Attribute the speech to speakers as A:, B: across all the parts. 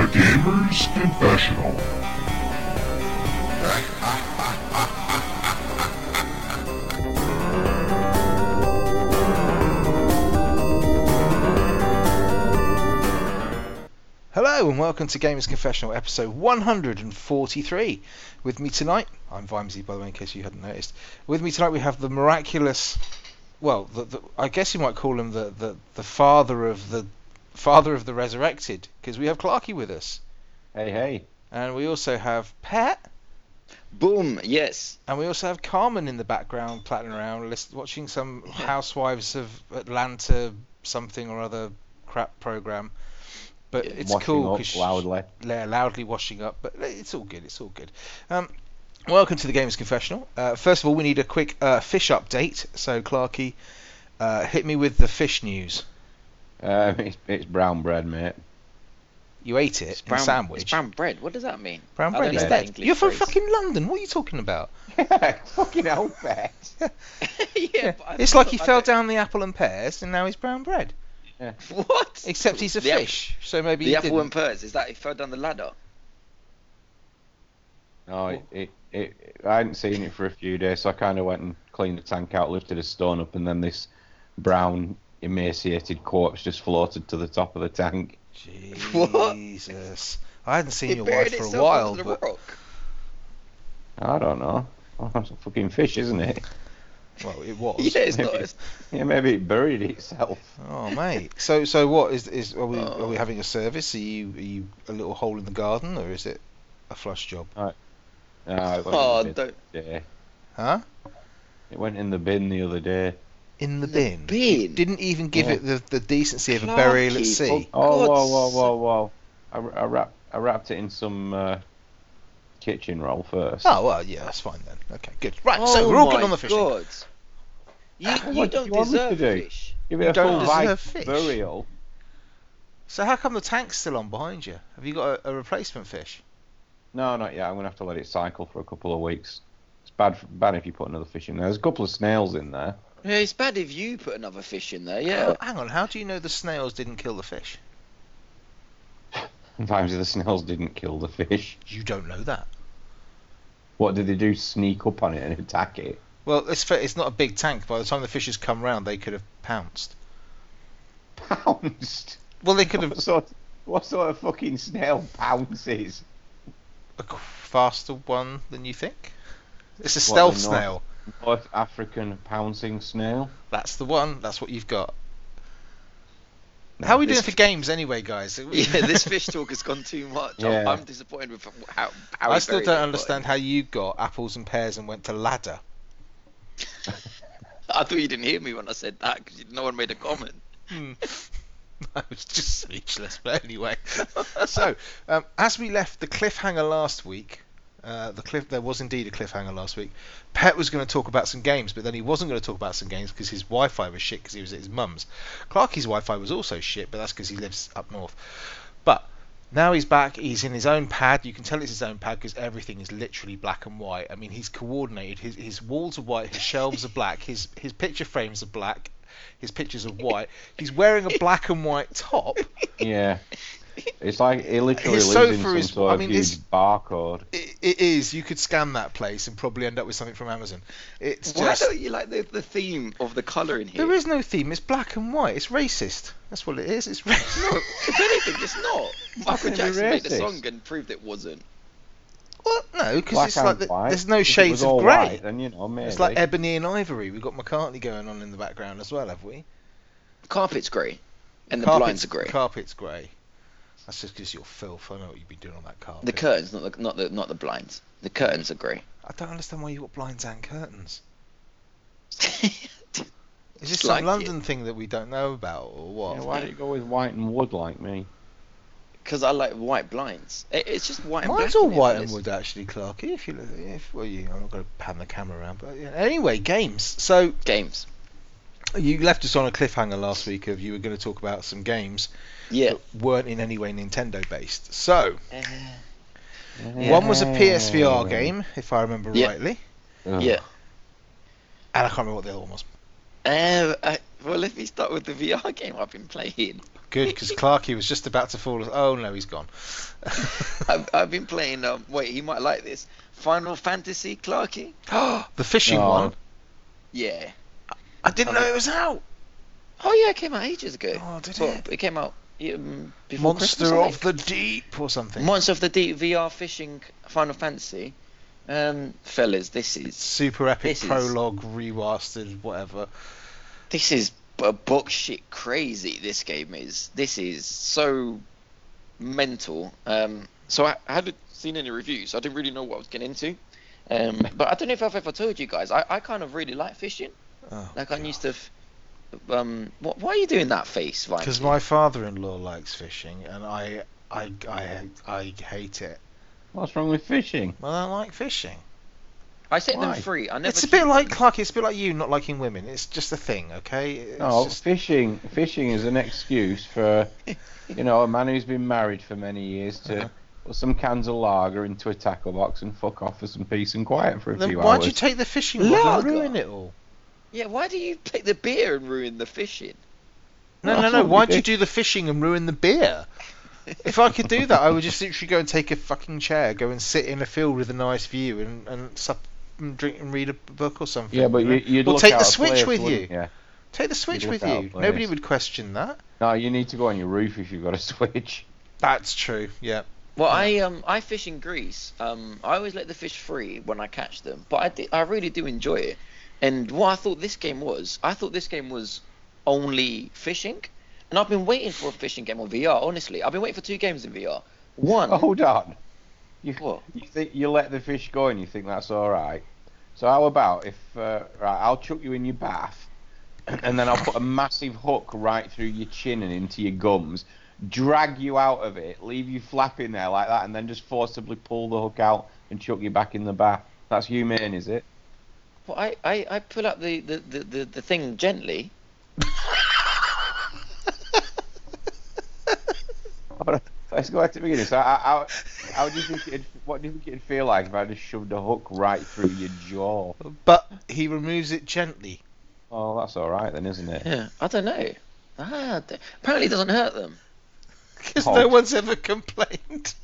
A: Hunter's Confessional.
B: Hello and welcome to Gamers Confessional episode 143. With me tonight, I'm Vimesy by the way, in case you hadn't noticed. With me tonight we have the miraculous, well, the, the, I guess you might call him the, the, the father of the father of the resurrected, because we have Clarky with us,
C: Hey, hey.
B: and we also have Pet,
D: Boom, yes.
B: and we also have Carmen in the background plattering around, list, watching some Housewives of Atlanta something or other crap program. But it's
C: Washing
B: cool
C: up
B: 'cause she-
C: loudly.
B: la- loudly washing up, but it's all good. It's all good. Um, welcome to the Games Confessional. Uh, first of all, we need a quick uh, fish update. So, Clarky, uh, hit me with the fish news.
C: Um, it's, it's brown bread, mate.
B: You ate it in a sandwich.
D: It's brown bread. What does that mean?
B: Brown
D: I
B: bread
D: don't
B: is
D: know
B: dead.
D: that English
B: You're from
D: phrase.
B: fucking London. What are you talking about?
C: Fucking hell, Pat.
D: yeah, but I
B: It's
D: thought-
B: like he
D: I
B: fell
D: don't-
B: down the apple and pears, and now he's brown bread.
D: What?
B: Except he's a
D: The apple-
B: fish, so maybe
D: the
B: he
D: apple
B: didn't.
D: and pears. Is that he fell down the ladder?
C: No, it, it, it, I hadn't seen it for a few days, so I kind of went and cleaned the tank out, lifted a stone up, and then this brown, emaciated corpse just floated to the top of the tank.
D: What?
B: Jesus, I hadn't seen
D: It
B: your
D: buried
B: wife for a
D: itself
B: while,
D: under the
B: but
D: rock.
C: I don't know. Oh, it's a fucking fish, isn't it?
B: well, it was.
D: Yeah, it's not.
C: Maybe.
D: It's,
C: Yeah, maybe it buried itself.
B: Oh mate, so so what is is are we are
D: Oh.
B: we having a service? Are you are you a little hole in the garden or is it a flush job?
C: No, it went
D: oh,
C: in the bin
D: don't.
C: the other day.
B: Huh?
C: It went in the bin the other day.
B: In the
D: The
B: bin. You
D: bin?
B: didn't even give
C: Yeah.
B: it the, the decency of a burial at
D: Clarky,
B: sea.
D: for
C: Oh, whoa,
D: God's
C: whoa, whoa, whoa. I, I, wrap, I wrapped it in some uh, kitchen roll first.
B: Oh well, yeah, that's fine then. Okay, good. Right,
D: Oh
B: so we're all good
D: my
B: on the fishing.
D: God. You,
C: What
D: you
C: do
D: don't
C: you want me to
D: deserve
C: do?
D: fish.
C: Give
B: You
C: it a
B: don't
C: full
B: deserve
C: life
B: fish.
C: burial.
B: So how come the tank's still on behind you? Have you got a, a replacement fish?
C: No, not yet. I'm gonna have to let it cycle for a couple of weeks. It's bad, f bad if you put another fish in there. There's a couple of snails in there.
D: Yeah, it's bad if you put another fish in there. Yeah.
B: Oh, hang on, how do you know the snails didn't kill the fish?
C: Sometimes the snails didn't kill the fish.
B: You don't know that.
C: What did they do? Sneak up on it and attack it?
B: Well, it's fair, it's not a big tank. By the time the fishes come round, they could have pounced.
C: Pounced.
B: Well, they could have
C: What sort? What sort of fucking snail pounces?
B: a qu- faster one than you think. It's a
C: What,
B: stealth
C: the North-
B: snail.
C: North African pouncing snail.
B: That's the one. That's what you've got. How are we doing
D: this-
B: for games anyway, guys?
D: yeah, this fish talk has gone too much. I'm,
C: Yeah.
D: I'm disappointed with how. how
B: I
D: he
B: still
D: buried
B: don't
D: it, but-
B: understand how you got apples and pears and went to ladder.
D: I thought you didn't hear me when I said that because no one made a comment.
B: Hmm. I was just speechless. But anyway, so um, as we left the cliffhanger last week, uh, the cliff there was indeed a cliffhanger last week. Pet was going to talk about some games, but then he wasn't going to talk about some games because his Wi-Fi was shit because he was at his mum's. Clarky's Wi-Fi was also shit, but that's because he lives up north. But now he's back. He's in his own pad. You can tell it's his own pad because everything is literally black and white. I mean, he's coordinated. His, his walls are white. His shelves are black. His his picture frames are black. His pictures are white. He's wearing a black and white top.
C: Yeah. It's like it literally
B: His
C: lives in
B: sofa
C: some
B: is-
C: sort
B: I
C: of
B: mean,
C: huge
B: it's-
C: barcode.
B: It, it is. You could scan that place and probably end up with something from Amazon. It's
D: Why
B: just
D: don't you like the, the theme of the colour in here?
B: there is no theme. It's black and white. It's racist. That's what it is. It's racist.
D: No, if anything, it's not. Michael
C: It's
D: Jackson made a
C: racist.
D: song and proved it wasn't.
B: Well, no, because
C: Black
B: it's
C: and
B: like the,
C: white.
B: there's no
C: If it
B: shades
C: was
B: of
C: all
B: grey.
C: white, then you know, maybe.
B: It's like ebony and ivory. We've got McCartney going on in the background as well, have we?
D: Carpet's grey, and the blinds are grey.
B: Carpet's grey. That's just because you're filth. I know what you've been doing on that carpet.
D: the curtains, not the not the not the blinds. The curtains are grey.
B: I don't understand why you got blinds and curtains. Is this
D: It's
B: some
D: like it.
B: London thing that we don't know about, or what?
C: Yeah, why do you go with white and wood like me?
D: Because I like white blinds. It, it's just white and black.
B: Mine's all
D: in it,
B: white
D: but
B: and
D: it's-
B: wood, actually, Clarky. If you, look, if well, you, I'm not going to pan the camera around, but yeah. anyway, games. So
D: Games.
B: you left us on a cliffhanger last week of you were going to talk about some games
D: Yeah.
B: that weren't in any way Nintendo based. So Oh.
D: Yeah.
B: One was a PSVR
C: Yeah.
B: game, if I remember
D: Yeah.
B: rightly,
C: Ugh.
D: Yeah.
B: and I can't remember what the other one was.
D: Uh, I, well, let me start with the VR game I've been playing.
B: Good, because Clarky was just about to fall. Oh no, he's gone.
D: I've, I've been playing. Um, wait, he might like this. Final Fantasy, Clarky.
B: the fishing
C: Oh.
B: one.
D: Yeah.
B: I didn't know it was out.
D: Oh yeah, it came out ages ago.
B: Oh, did
D: Well,
B: it?
D: it came out um, before Christmas,
B: Monster
D: I
B: of
D: think.
B: the Deep or something.
D: Monster of the Deep VR fishing Final Fantasy. Um, fellas, this is
B: Super epic
D: This is-
B: prologue remastered, whatever.
D: this is a box shit crazy. This game is. This is so mental. Um, so I, I hadn't seen any reviews. I didn't really know what I was getting into. Um, but I don't know if I've ever told you guys. I, I kind of really like fishing.
B: Oh,
D: Like I'm used to. F- um, what, why are you doing that face, Vine?
B: Because my father-in-law likes fishing, and I, I, I, I hate it.
C: What's wrong with fishing?
B: Well, I don't like fishing.
D: I set them
C: why?
D: free. I never.
B: it's a
D: keep
B: bit like
D: them.
B: Clarky. It's a bit like you not liking women. It's just a thing, okay? It's
C: No,
B: just-
C: Oh, fishing. Fishing is an excuse for, you know, a man who's been married for many years to
B: Uh-huh.
C: put some cans of lager into a tackle box and fuck off for some peace and quiet for a
B: then
C: few
B: why'd
C: hours.
B: you take the fishing rod and
D: Lager.
B: ruin it all?
D: Yeah, why do you take the beer and ruin the fishing?
B: No,
C: Well,
B: no,
C: that's
B: no.
C: what we
B: Why'd you
C: do.
B: do the fishing and ruin the beer? If I could do that, I would just literally go and take a fucking chair, go and sit in a field with a nice view, and and, sup, and drink and read a book or something.
C: yeah, but you, you'd
B: Well,
C: look
B: take the
C: out of
B: switch
C: place,
B: with
C: wouldn't
B: you.
C: ya?
B: Take the switch
C: look
B: with
C: out,
B: you. Nobody
C: please.
B: would question that.
C: No, you need to go on your roof if you've got a switch.
B: That's true. Yeah.
D: Well, I um I fish in Greece. Um, I always let the fish free when I catch them, but I di- I really do enjoy it. And what I thought this game was, I thought this game was only fishing, and I've been waiting for a fishing game on VR. Honestly, I've been waiting for two games in VR. One.
C: Hold on. You,
D: What?
C: you think you let the fish go and you think that's all right? So how about if uh, right? I'll chuck you in your bath, and then I'll put a massive hook right through your chin and into your gums, drag you out of it, leave you flapping there like that, and then just forcibly pull the hook out and chuck you back in the bath. That's humane, is it?
D: Well, I, I, I pull up the, the, the, the, the thing gently.
C: Let's go back to the beginning. So how, how, how do you think it'd, what do you think it'd feel like if I just shoved a hook right through your jaw?
B: But he removes it gently.
C: Oh, that's all right then, isn't it?
D: Yeah. I don't know. Ah, d- apparently it doesn't hurt them.
B: Because
C: Oh.
B: no one's ever complained.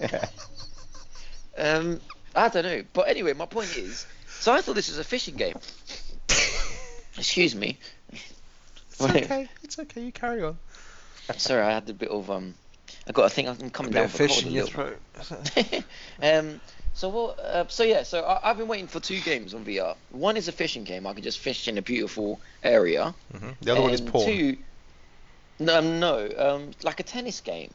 C: Yeah.
D: Um, I don't know. But anyway, my point is, so I thought this was a fishing game. Excuse me.
B: It's
D: Wait.
B: okay. It's okay. You carry on.
D: Sorry, I had a bit of um, I got a thing. I'm coming down
B: bit of
D: with a
B: fish
D: cold a
B: in your
D: little
B: throat.
D: um, so what? Uh, so yeah, so I, I've been waiting for two games on VR. One is a fishing game. I can just fish in a beautiful area.
C: Mm-hmm.
B: Mhm. The other one is
D: And
B: porn.
D: Two, no, um, no, um, like a tennis game.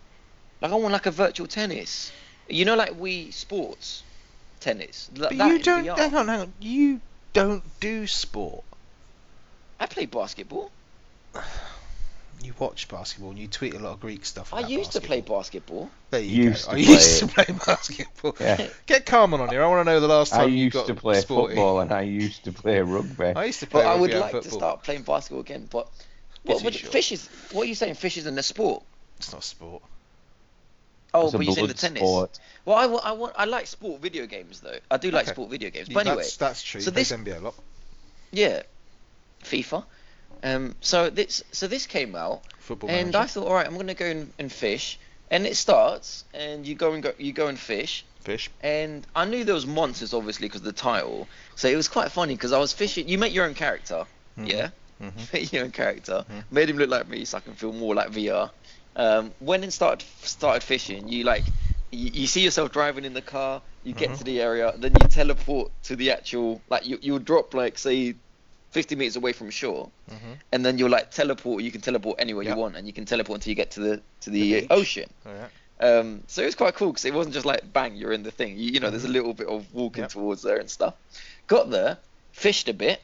D: Like I want like a virtual tennis. You know, like we sports tennis.
B: But
D: Like that
B: you
D: in
B: don't.
D: VR.
B: Hang on, hang on. You don't do sport.
D: I play basketball.
B: You watch basketball and you tweet a lot of Greek stuff.
D: I
B: about
D: used to play
B: basketball.
D: basketball.
B: There you
C: Used
B: go.
C: to
B: I used to
C: play
B: play basketball.
C: Yeah.
B: Get Carmen on here. I want to know the last
C: I
B: time you
C: used
B: got
C: to play
B: sporty.
C: football and I used to play rugby.
B: I used to play.
D: But I would
B: rugby and
D: like to
B: football.
D: start playing basketball again. But
B: Yes,
D: what,
B: you
D: what
B: should.
D: fish is? What are you saying? Fish isn't a sport.
B: It's not sport.
D: Oh,
C: It's a
D: but you said the
C: blood
D: tennis.
C: sport.
D: Well, I, wa- I, want, I like sport video games though. I do like
B: Okay.
D: sport video games.
B: You-
D: But anyway,
B: that's, that's true.
D: so
B: So this
D: this-
B: NBA a lot.
D: yeah, FIFA. Um, so this so this came out,
B: Football
D: and I
B: manager.
D: thought, all right, I'm gonna go and, and fish, and it starts, and you go and go you go and fish,
B: fish.
D: and I knew there was monsters obviously because of the title, so it was quite funny because I was fishing. You make your own character,
B: Mhm.
D: yeah.
B: Mhm.
D: Make your own character.
B: Mhm.
D: Made him look like me, so I can feel more like VR. Um, when it started started fishing, you like you, you see yourself driving in the car. You get
B: Mhm.
D: to the area, then you teleport to the actual like you you'll drop like say 50 meters away from shore,
B: Mhm.
D: and then you'll like teleport. You can teleport anywhere
B: Yep.
D: you want, and you can teleport until you get to the to
B: The
D: the,
B: beach.
D: ocean.
B: All right.
D: Um, so it was quite cool because it wasn't just like bang, you're in the thing. You, you know, there's a little bit of walking
B: Yep.
D: towards there and stuff. Got there, fished a bit,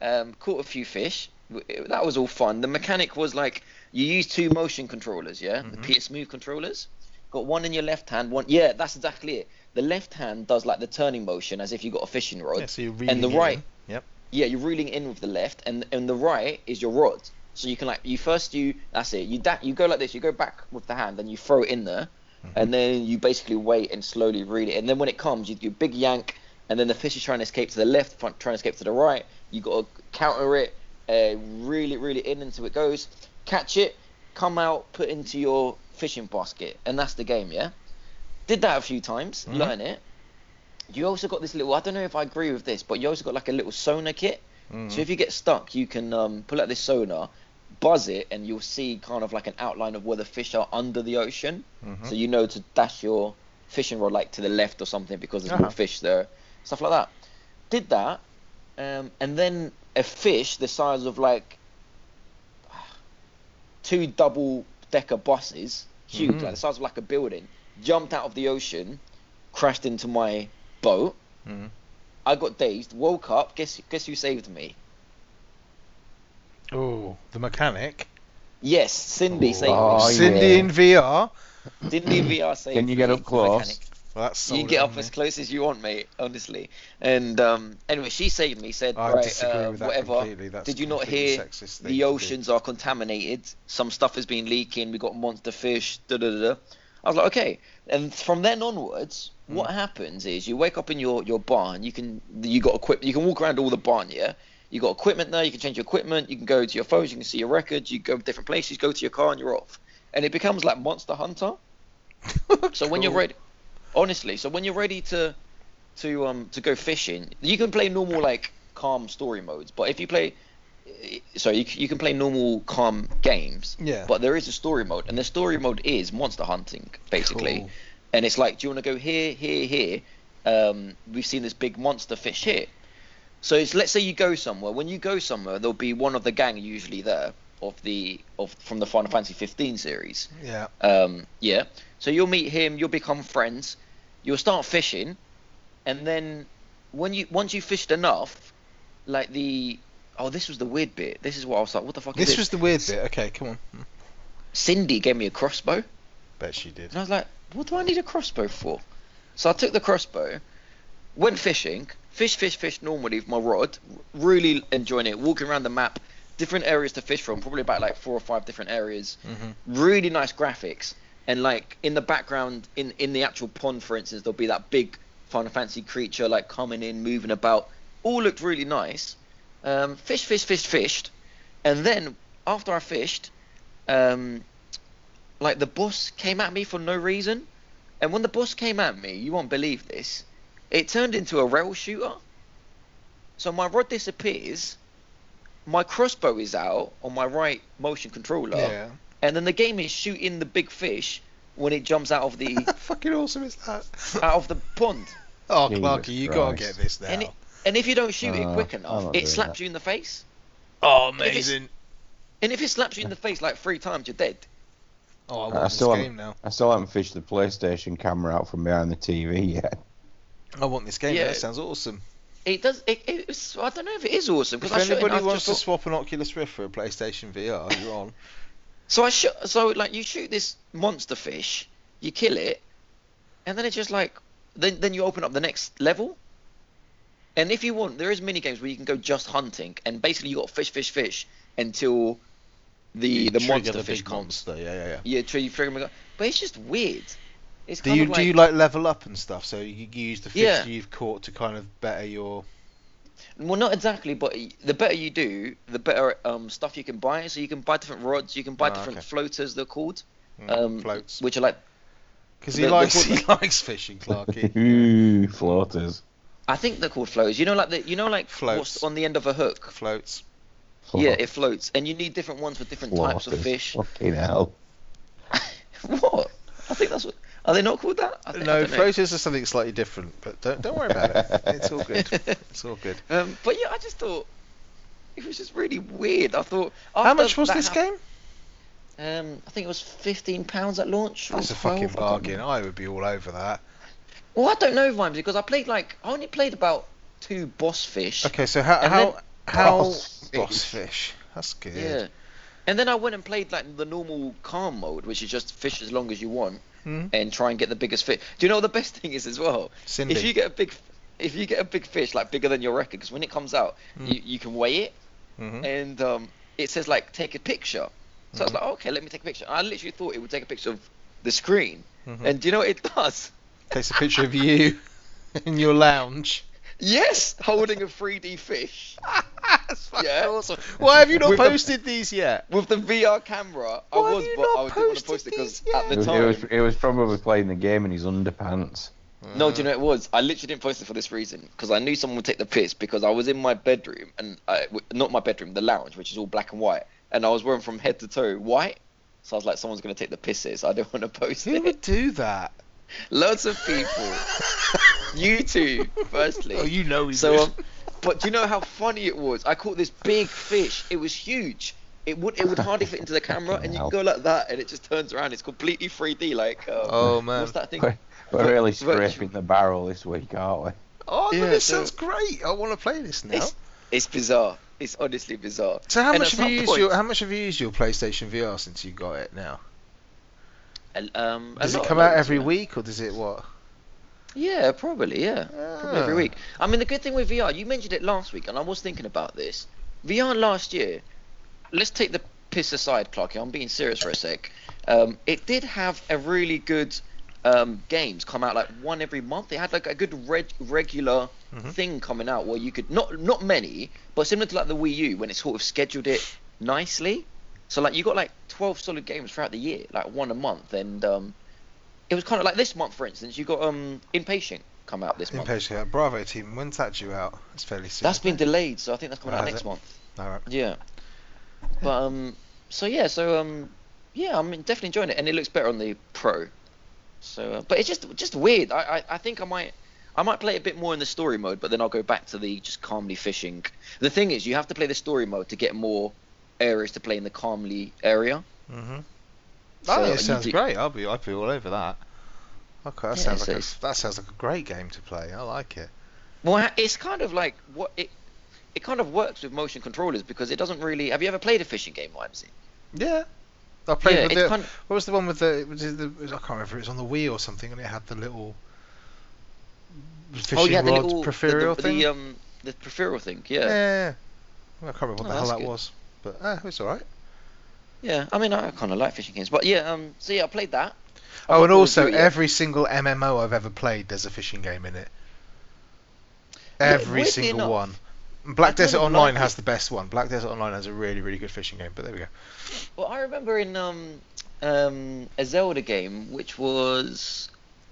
D: um, caught a few fish. W- it- That was all fun. The mechanic was like you use two motion controllers, yeah,
B: Mhm.
D: the PS Move controllers. Got one in your left hand, one. Yeah, that's exactly it. The left hand does like the turning motion as if you got a fishing rod.
B: Yeah, so you're
D: and the
B: reeling it
D: right.
B: in. Yep.
D: Yeah, you're reeling in with the left, and and the right is your rod. So you can like you first you that's it you da- you go like this you go back with the hand then you throw it in there,
B: Mm-hmm.
D: and then you basically wait and slowly reel it and then when it comes you do a big yank and then the fish is trying to escape to the left front trying to escape to the right you got to counter it uh, reel it reel it in until it goes catch it come out, put into your fishing basket, and that's the game, yeah? Did that a few times,
B: Mhm.
D: learn it. You also got this little, I don't know if I agree with this, but you also got like a little sonar kit.
B: Mm-hmm.
D: So if you get stuck, you can um, pull out this sonar, buzz it, and you'll see kind of like an outline of where the fish are under the ocean.
B: Mhm.
D: So you know to dash your fishing rod like to the left or something because there's
B: Uh-huh.
D: more fish there, stuff like that. Did that, um, and then a fish the size of like two double decker buses, huge,
B: Mhm.
D: like the size of like a building, jumped out of the ocean, crashed into my boat.
B: Mhm.
D: I got dazed, woke up. Guess guess who saved me?
B: Oh, the mechanic.
D: Yes, Cindy saved
C: Oh,
D: me.
B: Cindy
C: yeah.
B: in VR.
D: Cindy VR saved
C: Can you get
D: me,
C: up
D: the
C: close?
D: mechanic.
B: Well, that's
D: you
B: sold
D: get
B: it,
D: up
B: hasn't
D: as
B: it?
D: close as you want, mate. Honestly. And um, anyway, she saved me. Said,
B: I
D: right,
B: disagree
D: uh,
B: with that
D: whatever.
B: completely. That's
D: Did you not
B: completely
D: hear
B: sexist thing to
D: the
B: do.
D: oceans are contaminated? Some stuff has been leaking. We got monster fish. Da da da. da." I was like, okay. And from then onwards,
B: Hmm.
D: what happens is you wake up in your, your barn. You can you got equip. You can walk around all the barn. Yeah. You got equipment there. You can change your equipment. You can go to your phones. You can see your records. You go different places. Go to your car, and you're off. And it becomes like Monster Hunter. So when you're
B: Cool.
D: ready, honestly, so when you're ready to to um to go fishing, you can play normal like calm story modes. But if you play, so you, c- you can play normal calm games.
B: Yeah.
D: But there is a story mode, and the story mode is monster hunting basically,
B: Cool.
D: and it's like, do you want to go here, here, here? Um, we've seen this big monster fish here. So it's, let's say you go somewhere. When you go somewhere, there'll be one of the gang usually there of the of from the Final Fantasy 15 series.
B: Yeah.
D: Um, yeah. So you'll meet him. You'll become friends. You'll start fishing, and then when you once you fished enough, like the oh this was the weird bit. This is what I was like, what the fuck is
B: This
D: this?
B: was the weird bit. Okay, come on.
D: Cindy gave me a crossbow, and
B: Bet she did.
D: I was like, what do I need a crossbow for? So I took the crossbow, went fishing, fish, fish, fish normally with my rod, really enjoying it, walking around the map, different areas to fish from, probably about like four or five different areas
B: Mm-hmm.
D: really nice graphics and like in the background in in the actual pond for instance there'll be that big final fantasy creature like coming in moving about all looked really nice um, fish fish fish fished and then after i fished um, like the boss came at me for no reason and when the boss came at me you won't believe this it turned into a rail shooter so my rod disappears my crossbow is out on my right motion controller
B: Yeah.
D: and then the game is shooting the big fish when it jumps out of the
B: How fucking awesome is that?
D: out of the pond.
B: oh,
C: Jesus
B: Clarky, you gotta
C: Christ.
B: get this now.
D: And it, and if you don't shoot
C: Uh,
D: it quick
C: I'm
D: enough,
C: not
D: it
C: doing
D: slaps
C: that.
D: you in the face.
B: oh,
D: if it's-
B: amazing.
D: And if it slaps you in the face like three times, you're dead.
B: Oh, I want
C: I
B: this
C: still haven't-
B: game now.
C: I still haven't fished the PlayStation camera out from behind the TV yet.
B: I want this game.
D: Yeah.
B: now. That sounds awesome.
D: It does. It, it's, I don't know if it is awesome
B: If
D: because I shot it. and
B: anybody
D: I just
B: wants to
D: thought-
B: swap an Oculus Rift for a PlayStation VR, you're on.
D: So I shot. So like you shoot this monster fish, you kill it, and then it's just like then then you open up the next level. And if you want, there is mini games where you can go just hunting, and basically you got fish, fish, fish until the
B: You
D: the
B: trigger
D: monster
B: the
D: fish
B: big
D: comes.
B: monster. Yeah, yeah, yeah.
D: Yeah, true. You figure 'em out. But it's just weird. It's
B: Do
D: kind
B: you
D: of like,
B: do you like level up and stuff? So you you use the fish
D: Yeah.
B: you've caught to kind of better your.
D: well, not exactly, but the better you do, the better um, stuff you can buy. So you can buy different rods, you can buy
B: Ah,
D: different
B: okay.
D: floaters. They're called,
B: mm,
D: um,
B: floats
D: which are like
B: because he
D: the- the
B: likes
D: call-
B: he likes fishing, Clarky.
C: Ooh, floaters.
D: I think they're called floaters. You know, like the you know, like
B: Floats.
D: what's on the end of a hook.
B: floats.
D: Yeah, it floats, and you need different ones for different types of
C: Floaters.
D: fish.
C: Fucking hell.
D: what? I think that's what. Are they not called that? I think, I
B: No,
D: don't know.
B: floaters are something slightly different, but don't don't worry about it. It's all good. It's all good.
D: Um, but yeah, I just thought it was just really weird. I thought
B: How
D: after
B: much was
D: that
B: this
D: hap-
B: game?
D: Um, I think it was fifteen pounds at launch. or
B: That's a fucking
D: 12, I can't
B: bargain. I would be all over that.
D: Well, I don't know, Vimes, because I played like I only played about two boss fish.
B: Okay, so how
D: And
B: how
D: then-
B: how
C: Boss
B: boss fish? That's good.
D: Yeah. And then I went and played like the normal calm mode, which is just fish as long as you want
B: Hmm?
D: and try and get the biggest fish. Do you know what the best thing is as well?
B: Cindy.
D: If you get a big, if you get a big fish like bigger than your record, because when it comes out,
B: Hmm.
D: you, you can weigh it,
B: Mhm.
D: and um, it says like take a picture. So
B: Hmm.
D: I was like, okay, let me take a picture. I literally thought it would take a picture of the screen,
B: Mhm.
D: and do you know what it does?
B: Takes a picture of you in your lounge.
D: Yes, holding a 3D fish.
B: That's fucking
D: Yeah.
B: awesome. Why have you not
D: With the-
B: posted these yet?
D: With the VR camera,
B: Why
D: I
B: have
D: was,
B: you
D: but
B: not
D: I didn't want to
B: posted
D: post it because
B: these
D: at
B: yet?
C: It
D: the
C: was,
D: time.
C: it was it was probably playing the game in his underpants.
D: No, do you know what it was? I literally didn't post it for this reason because I knew someone would take the piss because I was in my bedroom and I, w- not my bedroom, the lounge, which is all black and white, and I was wearing from head to toe white. So I was like, someone's gonna take the piss here, so I didn't want to post
B: Who
D: it.
B: would do that?
D: Loads of people, you two, firstly.
B: Oh, you know he
D: so,
B: did.
D: um, but do you know how funny it was? I caught this big fish. It was huge. It would it would hardly fit into the camera, and you
C: Fucking
D: go like that, and it just turns around. It's completely 3D. Like, um,
B: Oh, man.
D: what's that thing?
C: We're, we're really
D: But- but-
C: scraping the barrel this week, aren't we?
B: oh, no,
D: yeah,
B: this
D: so-
B: sounds great. I want to play this now.
D: It's, it's bizarre. It's honestly bizarre.
B: So how
D: and
B: much
D: at
B: have you
D: some
B: used
D: point-
B: your how much have you used your PlayStation VR since you got it now?
D: And, Um, a
B: Does it
D: lot,
B: come
D: loads,
B: out every
D: man.
B: week or does it what?
D: Yeah, probably. Yeah, probably every
B: Ah.
D: week. I mean, the good thing with VR, you mentioned it last week, and I was thinking about this. VR last year. Let's take the piss aside, Clarky. I'm being serious for a sec. Um, it did have a really good um, games come out like one every month. It had like a good reg- regular
B: Mhm.
D: thing coming out where you could not not many, but similar to like the Wii U when it sort of scheduled it nicely. So like you got like 12 solid games throughout the year, like one a month, and um, it was kind of like this month, for instance, you got um Impatient come out this month.
B: Impatient Out. Bravo team, when's that due out? It's fairly soon.
D: That's been delayed, so I think that's coming
B: Oh,
D: out
B: has
D: next
B: it?
D: month.
B: All right.
D: Yeah. But um, so yeah, so um, yeah, I'm definitely enjoying it, and it looks better on the Pro. So, uh, but it's just just weird. I, I I think I might. I might play a bit more in the story mode, but then I'll go back to the just calmly fishing. The thing is, you have to play the story mode to get more areas to play in the calmly area.
B: Mm-hmm.
D: So,
B: oh,
D: you
B: it sounds
D: do-
B: great. I'll be I'd be all over that. Okay, that
D: Yeah,
B: sounds
D: so
B: like
D: it's-
B: a, that sounds like a great game to play. I like it.
D: Well, ha- it's kind of like what it it kind of works with motion controllers because it doesn't really. Have you ever played a fishing game, IMC?
B: Yeah. I played
D: yeah,
B: with
D: it's
B: the,
D: kind of, oh,
B: what was the one with the, it was the I can't remember it was on the Wii or something and it had the little fishing
D: oh yeah, the
B: rod
D: little the-
B: proferial
D: the,
B: thing.
D: The, um, the proferial thing.
B: yeah.
D: Yeah.
B: I can't remember what
D: Oh,
B: the hell
D: that's
B: that
D: good.
B: was, but uh, it's all right.
D: Yeah. I mean, I kind of like fishing games, but yeah. Um. So yeah, I played that.
B: Oh, and
D: Call of
B: also
D: Duty, yeah.
B: every single MMO I've ever played, there's a fishing game in it. Every
D: weirdly
B: single
D: enough,
B: one. Black
D: I
B: Desert
D: kind of
B: Online
D: like
B: has
D: it.
B: the best one. Black Desert Online has a really, really good fishing game. But there we go.
D: Well, I remember in um um a Zelda game which was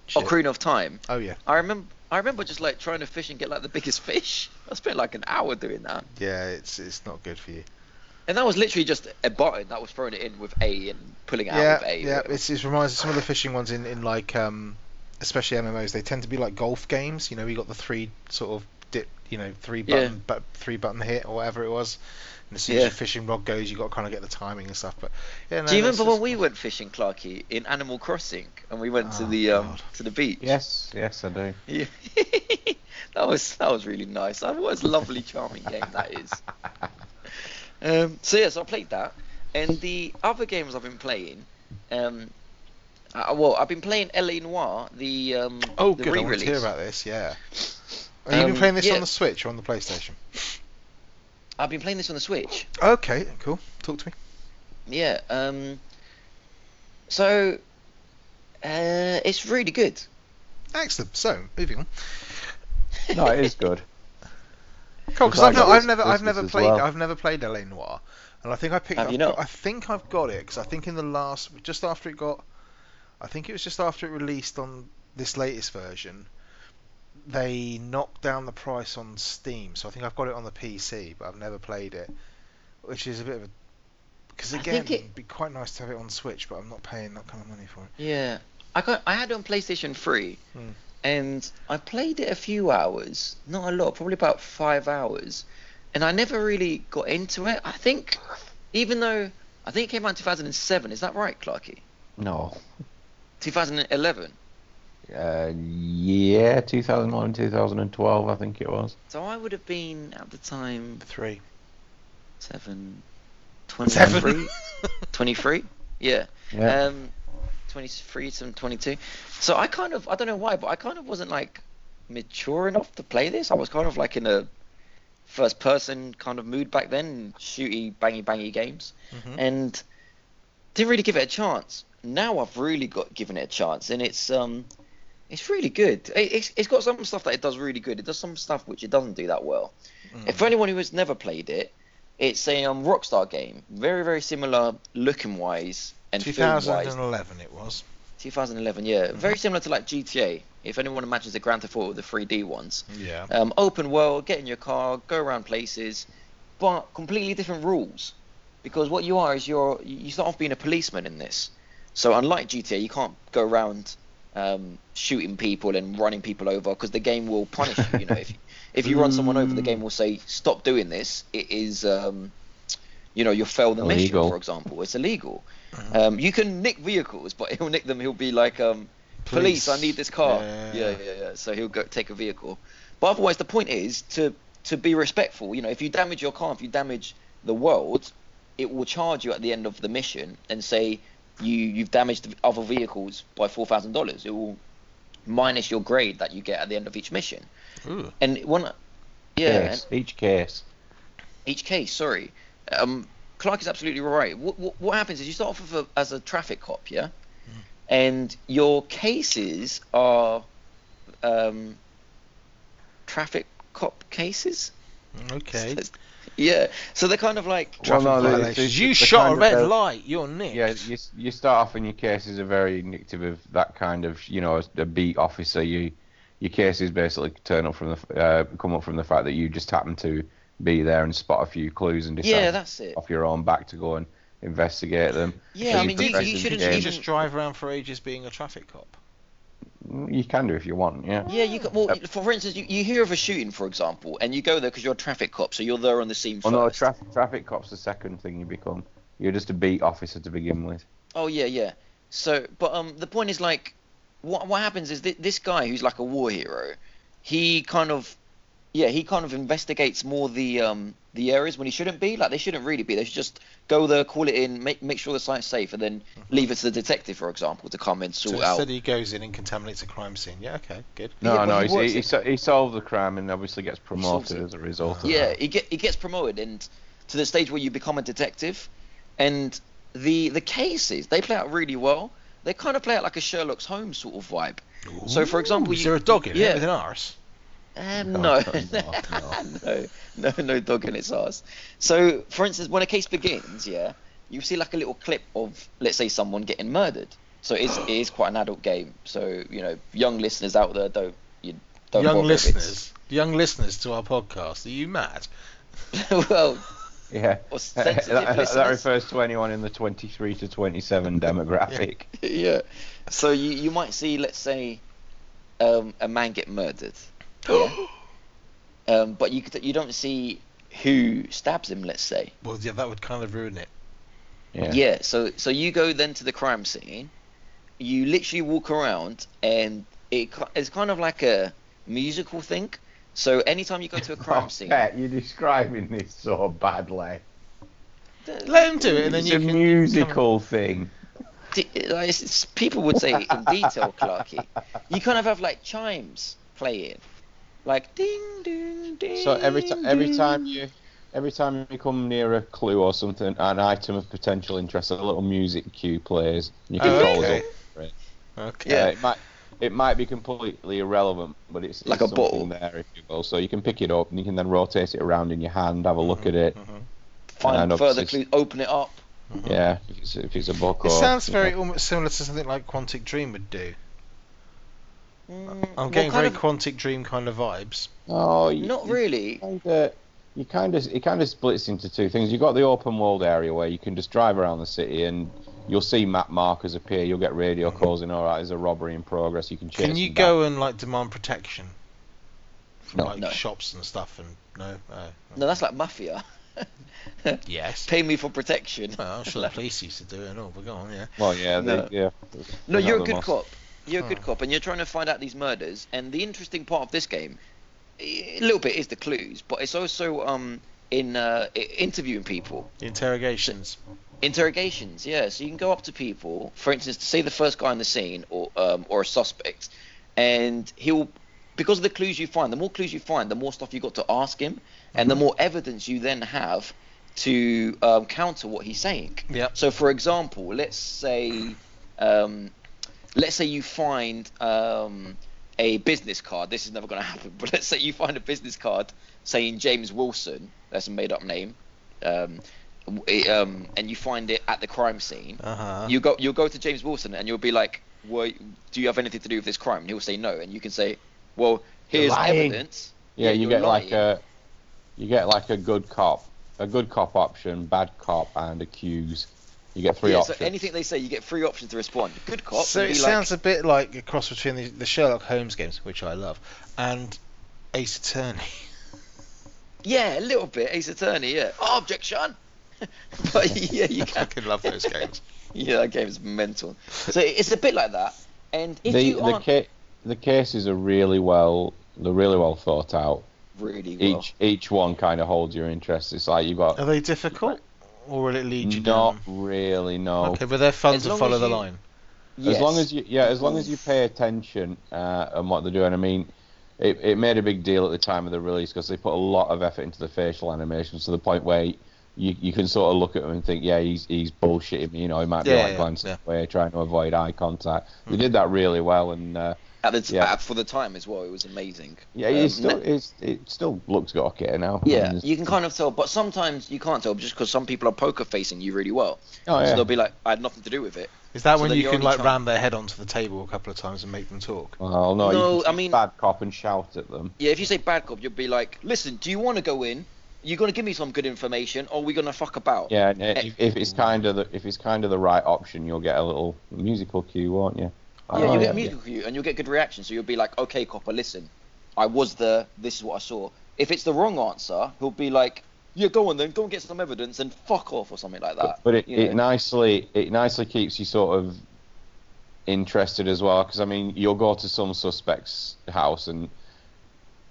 B: Shit.
D: Ocarina of Time.
B: Oh yeah,
D: I remember. I remember just like trying to fish and get like the biggest fish. I spent like an hour doing that,
B: yeah. It's it's not good for you.
D: and that was literally just a button that was throwing it in with A and pulling it
B: yeah,
D: out with A.
B: yeah. It's it reminds some of the fishing ones in in like um, especially MMOs. They tend to be like golf games. You know, we got the three sort of dip. You know, three
D: Yeah.
B: button, but three button hit or whatever it was. And as soon as
D: Yeah.
B: your fishing rod goes, you got to kind of get the timing and stuff. But yeah, no,
D: Do you
B: that's
D: remember when
B: just-
D: we went fishing, Clarky, in Animal Crossing, and we went to
B: Oh,
D: the um,
B: God.
D: to the beach?
C: Yes, yes, I do.
D: Yeah. that was that was really nice. That was a lovely, charming game that is. Um, so yes, I played that, and the other games I've been playing, um, uh, well, I've been playing LA Noir, the um,
B: Oh,
D: the
B: good. I want
D: re-release.
B: to hear about this. Yeah. Have you been
D: Um,
B: playing this
D: yeah.
B: on the Switch or on the PlayStation?
D: I've been playing this on the Switch.
B: Okay, cool. Talk to me.
D: Yeah. Um, so uh, it's really good.
B: Excellent. So, moving on.
C: No, it is good.
B: Cool,
C: It's
B: because I've,
C: like
B: not-
C: this-
B: I've never, I've
C: this
B: never
C: as
B: played,
C: well.
B: I've never played LA Noir, and I think I picked.
D: Have
B: I've
D: you
B: got-
D: not?
B: I think I've got it because I think in the last, just after it got, I think it was just after it released on this latest version, they knocked down the price on Steam. So I think I've got it on the PC, but I've never played it, which is a bit of a. Because
D: I
B: again,
D: think it-
B: it'd be quite nice to have it on Switch, but I'm not paying that kind of money for it.
D: Yeah, I got I had it on PlayStation Three,
B: Hmm.
D: and I played it a few hours, not a lot, probably about five hours, and I never really got into it. I think, even though I think it came out in 2007, is that right, Clarky?
C: No.
D: 2011.
C: Uh, yeah, 2011, 2012, I think it was.
D: So I would have been at the time
B: Three.
D: seven, 23,
B: Seven.
D: 23? yeah.
C: Yeah.
D: um 23 some 22 so i kind of i don't know why but i kind of wasn't like mature enough to play this i was kind of like in a first person kind of mood back then shooty bangy bangy games
B: Mhm.
D: and didn't really give it a chance now i've really got given it a chance and it's um It's really good. It, it's, it's got some stuff that it does really good. It does some stuff which it doesn't do that well.
B: Mm.
D: If For anyone who has never played it, it's a um, Rockstar game. Very, very similar looking wise and film wise.
B: 2011 it was.
D: 2011, yeah. Very similar to like GTA. If anyone imagines the Grand Theft Auto, the 3D ones.
B: Yeah.
D: Um, open world, get in your car, go around places, but completely different rules. Because what you are is you're you start off being a policeman in this. So unlike GTA, you can't go around um, shooting people and running people over because the game will punish you. You know, if if you run someone over, the game will say stop doing this. It is um, you know you'll fail the mission,
C: Illegal.
D: for example. It's illegal. Um, you can nick vehicles, but he'll nick them. He'll be like um, police. I
B: Police.
D: need this car.
B: Yeah.
D: yeah, yeah, yeah. So he'll go take a vehicle. But otherwise, the point is to to be respectful. You know, if you damage your car, if you damage the world, it will charge you at the end of the mission and say you you've damaged other vehicles by four thousand dollars. It will minus your grade that you get at the end of each mission.
B: Ooh.
D: And one, yeah, and-
C: Case, each case.
D: each case. Sorry, um, Clark is absolutely right. What, what, what happens is you start off with a, as a traffic cop, yeah, and your cases are um, traffic cop cases.
B: Okay.
D: Yeah, so they're kind of like
C: Well, no,
B: Traffic
C: they-
B: violations.
C: it's-
B: you
C: it's the
B: shot a
C: kind of
B: red
C: fel-
B: light. You're nicked.
C: Yeah, you, you start off and your cases are very indicative of that kind of, you know, a beat officer. You, your cases basically turn up from the, f- uh, come up from the fact that you just happen to be there and spot a few clues and decide
D: yeah, that's it.
C: off your own back to go and investigate them.
D: Yeah, I
C: As
D: mean, you,
C: progress
D: you
C: in the
D: shouldn't
C: game.
B: you
D: even.
B: just drive around for ages being a traffic cop.
C: You can do if you want, yeah.
D: Yeah, you got, well,
C: Uh,
D: for instance, you, you hear of a shooting, for example, and you go there because you're a traffic cop, so you're there on the scene
C: Well,
D: first.
C: no, traffic traffic cop's the second thing you become. You're just a beat officer to begin with.
D: Oh yeah, yeah. So, but um, the point is like, what what happens is th- this guy who's like a war hero, he kind of, yeah, he kind of investigates more the um the areas when he shouldn't be. Like they shouldn't really be. They should just go there, call it in, make make sure the site's safe, and then leave it to the detective, for example, to come and
B: So
D: sort out.
B: instead he goes in and contaminates a crime scene. Yeah, okay, good.
C: No,
D: Yeah,
C: no,
D: but he
C: he's, he,
D: works
C: he,
D: it.
C: so, he solved the crime and obviously gets
D: solves
C: promoted
D: it.
C: as a result of
D: Yeah,
C: that.
D: he get he gets promoted and to the stage where you become a detective, and the the cases they play out really well. They kind of play out like a Sherlock's Holmes sort of vibe. So, for
B: Ooh,
D: example,
B: is
D: you-
B: there a dog in
D: yeah.
B: it with an arse?
D: Um,
C: No,
D: no,
C: no,
D: no, no, no dog in its ass. So, for instance, when a case begins, yeah, you see like a little clip of, let's say, someone getting murdered. So it's it is quite an adult game. So you know, young listeners out there, don't you don't
B: young
D: bother if it's-
B: listeners, young listeners to our podcast, are you mad?
D: well,
C: Yeah.
D: or
C: That,
D: sensitive
C: that-
D: listeners.
C: that refers to anyone in the 23 to 27 demographic.
D: yeah. So you you might see, let's say, um, a man get murdered. Yeah. um, but you you don't see who stabs him. Let's say.
B: Well, yeah, that would kind of ruin it.
C: Yeah.
D: Yeah. so so you go then to the crime scene, you literally walk around, and it ki- it's kind of like a musical thing. So anytime you go to a crime
C: Oh,
D: scene,
C: Pet, you're describing this so badly.
B: Let him do it, and then
C: it's
B: you
C: a
B: can you can come-
C: musical thing.
D: d- like, it's- it's- people would say in detail, Clarky, you kind of have like chimes playing, like ding ding ding.
C: So every ti every
D: ding.
C: time you every time you come near a clue or something, an item of potential interest, a little music cue plays. You can
B: Oh,
C: call
B: okay.
C: it up. for it.
B: Okay.
D: Yeah.
C: Uh, it might it might be completely irrelevant, but it's
D: Like
C: it's
D: a bottle.
C: something there, if you will. So you can pick it up and you can then rotate it around in your hand, have a look at it.
D: find
C: and
D: further
C: obviously-
D: clues, open it up. Mm-hmm.
C: Yeah, if it's, if it's a book.
B: It
C: or,
B: sounds
C: you
B: very
C: know.
B: almost similar to something like Quantic Dream would do.
D: Mm,
B: I'm
D: well,
B: getting
D: kind
B: very
D: of-
B: Quantic Dream kind of vibes.
C: Oh, you-
D: not
C: you-
D: really.
C: kind of you kind of it kind of splits into two things. You've got the open world area where you can just drive around the city and you'll see map markers appear. You'll get radio calls and all right, there's a robbery in progress. You can chase.
B: Can you
C: them
B: go and like demand protection from
C: No.
B: like
D: No.
B: shops and stuff? And no, oh,
D: No, that's like mafia.
B: yes.
D: Pay me for protection.
B: Well, I'm sure the police used to do it and all, but go on, yeah.
C: back. Well, yeah,
D: No.
C: they, yeah.
D: No,
C: they're not
D: you're a
C: the
D: good
C: most-
D: cop. You're a good cop, and you're trying to find out these murders. And the interesting part of this game, a little bit, is the clues, but it's also um in uh, i- interviewing people,
B: Interrogations.
D: interrogations. Yeah, so you can go up to people, for instance, to see the first guy on the scene or um, or a suspect, and he'll because of the clues you find. The more clues you find, the more stuff you got to ask him, and the more evidence you then have to um, counter what he's saying.
B: Yep.
D: So, for example, let's say um, let's say you find um, a business card. This is never going to happen, but let's say you find a business card saying James Wilson. That's a made-up name. Um, w- it, um, and you find it at the crime scene.
B: Uh
C: Uh-huh.
B: huh.
D: You go, you'll go to James Wilson, and you'll be like, "Were do you have anything to do with this crime?" And he'll say no, and you can say, "Well,
C: You're
D: here's
C: lying."
D: evidence."
C: Yeah, you
D: you're
C: get
D: lying.
C: like a you get like a good cop, a good cop option, bad cop, and accuse. You get three
D: yeah,
C: options.
D: So anything they say, you get three options to respond. Good cop.
B: So
D: would
B: it
D: be
B: sounds
D: like,
B: a bit like a cross between the, the Sherlock Holmes games, which I love, and Ace Attorney.
D: yeah, a little bit. Ace Attorney, yeah. Oh, Objection. but yeah, you
B: I
D: can.
B: fucking love those games.
D: Yeah, that game's mental. So it's a bit like that. And if
C: the
D: you
C: the,
D: aren't
C: ca- the cases are really well they're really well thought out.
D: really well,
C: Each each one kind of holds your interest. It's like you
B: Are
C: got
B: they difficult, or will it lead you
C: not
B: down?
C: really no.
B: Okay, but they're fun
D: As
B: to
D: long
B: follow
D: as
B: the
D: you-
B: line.
C: As long as you yeah, as long as you pay attention uh, and what they're doing. I mean, it, it made a big deal at the time of the release because they put a lot of effort into the facial animations to the point where you, you can sort of look at him and think, yeah, he's he's bullshitting me. You know, he might be
B: Yeah,
C: like
B: yeah,
C: glancing
B: yeah.
C: away, trying to avoid eye contact.
D: Hmm.
C: They did that really well, and uh,
D: at the t-
C: yeah.
D: at- for the time as well, it was amazing.
C: yeah, it's
D: Um,
C: still Mm. it's, it still looks good okay now. I
D: Yeah,
C: mean,
D: you can kind of tell, but sometimes you can't tell just because some people are poker facing you really well.
C: oh, yeah.
D: So they'll be like, "I had nothing to do with it."
B: Is that
D: So
B: when
D: then
B: you
D: you're
B: can
D: only
B: like
D: trying-
B: ram their head onto the table a couple of times and make them talk?
C: well, no,
D: No,
C: you can
D: I
C: say
D: mean-
C: bad cop and shout at them.
D: Yeah, if you say bad cop, you'll be like, "Listen, do you want to go in? You're gonna give me some good information, or we're gonna fuck about."
C: Yeah, and if, if it's kind of the if it's kind of the right option, you'll get a little musical cue, won't you? Uh,
D: Yeah,
B: Oh,
D: you
B: yeah.
D: get musical cue and you'll get good reaction. So you'll be like, okay, copper, listen, I was there. This is what I saw. If it's the wrong answer, he'll be like, yeah, go on then, go and get some evidence and fuck off or something like that.
C: But, but it,
D: you know.
C: it nicely it nicely keeps you sort of interested as well because I mean you'll go to some suspect's house and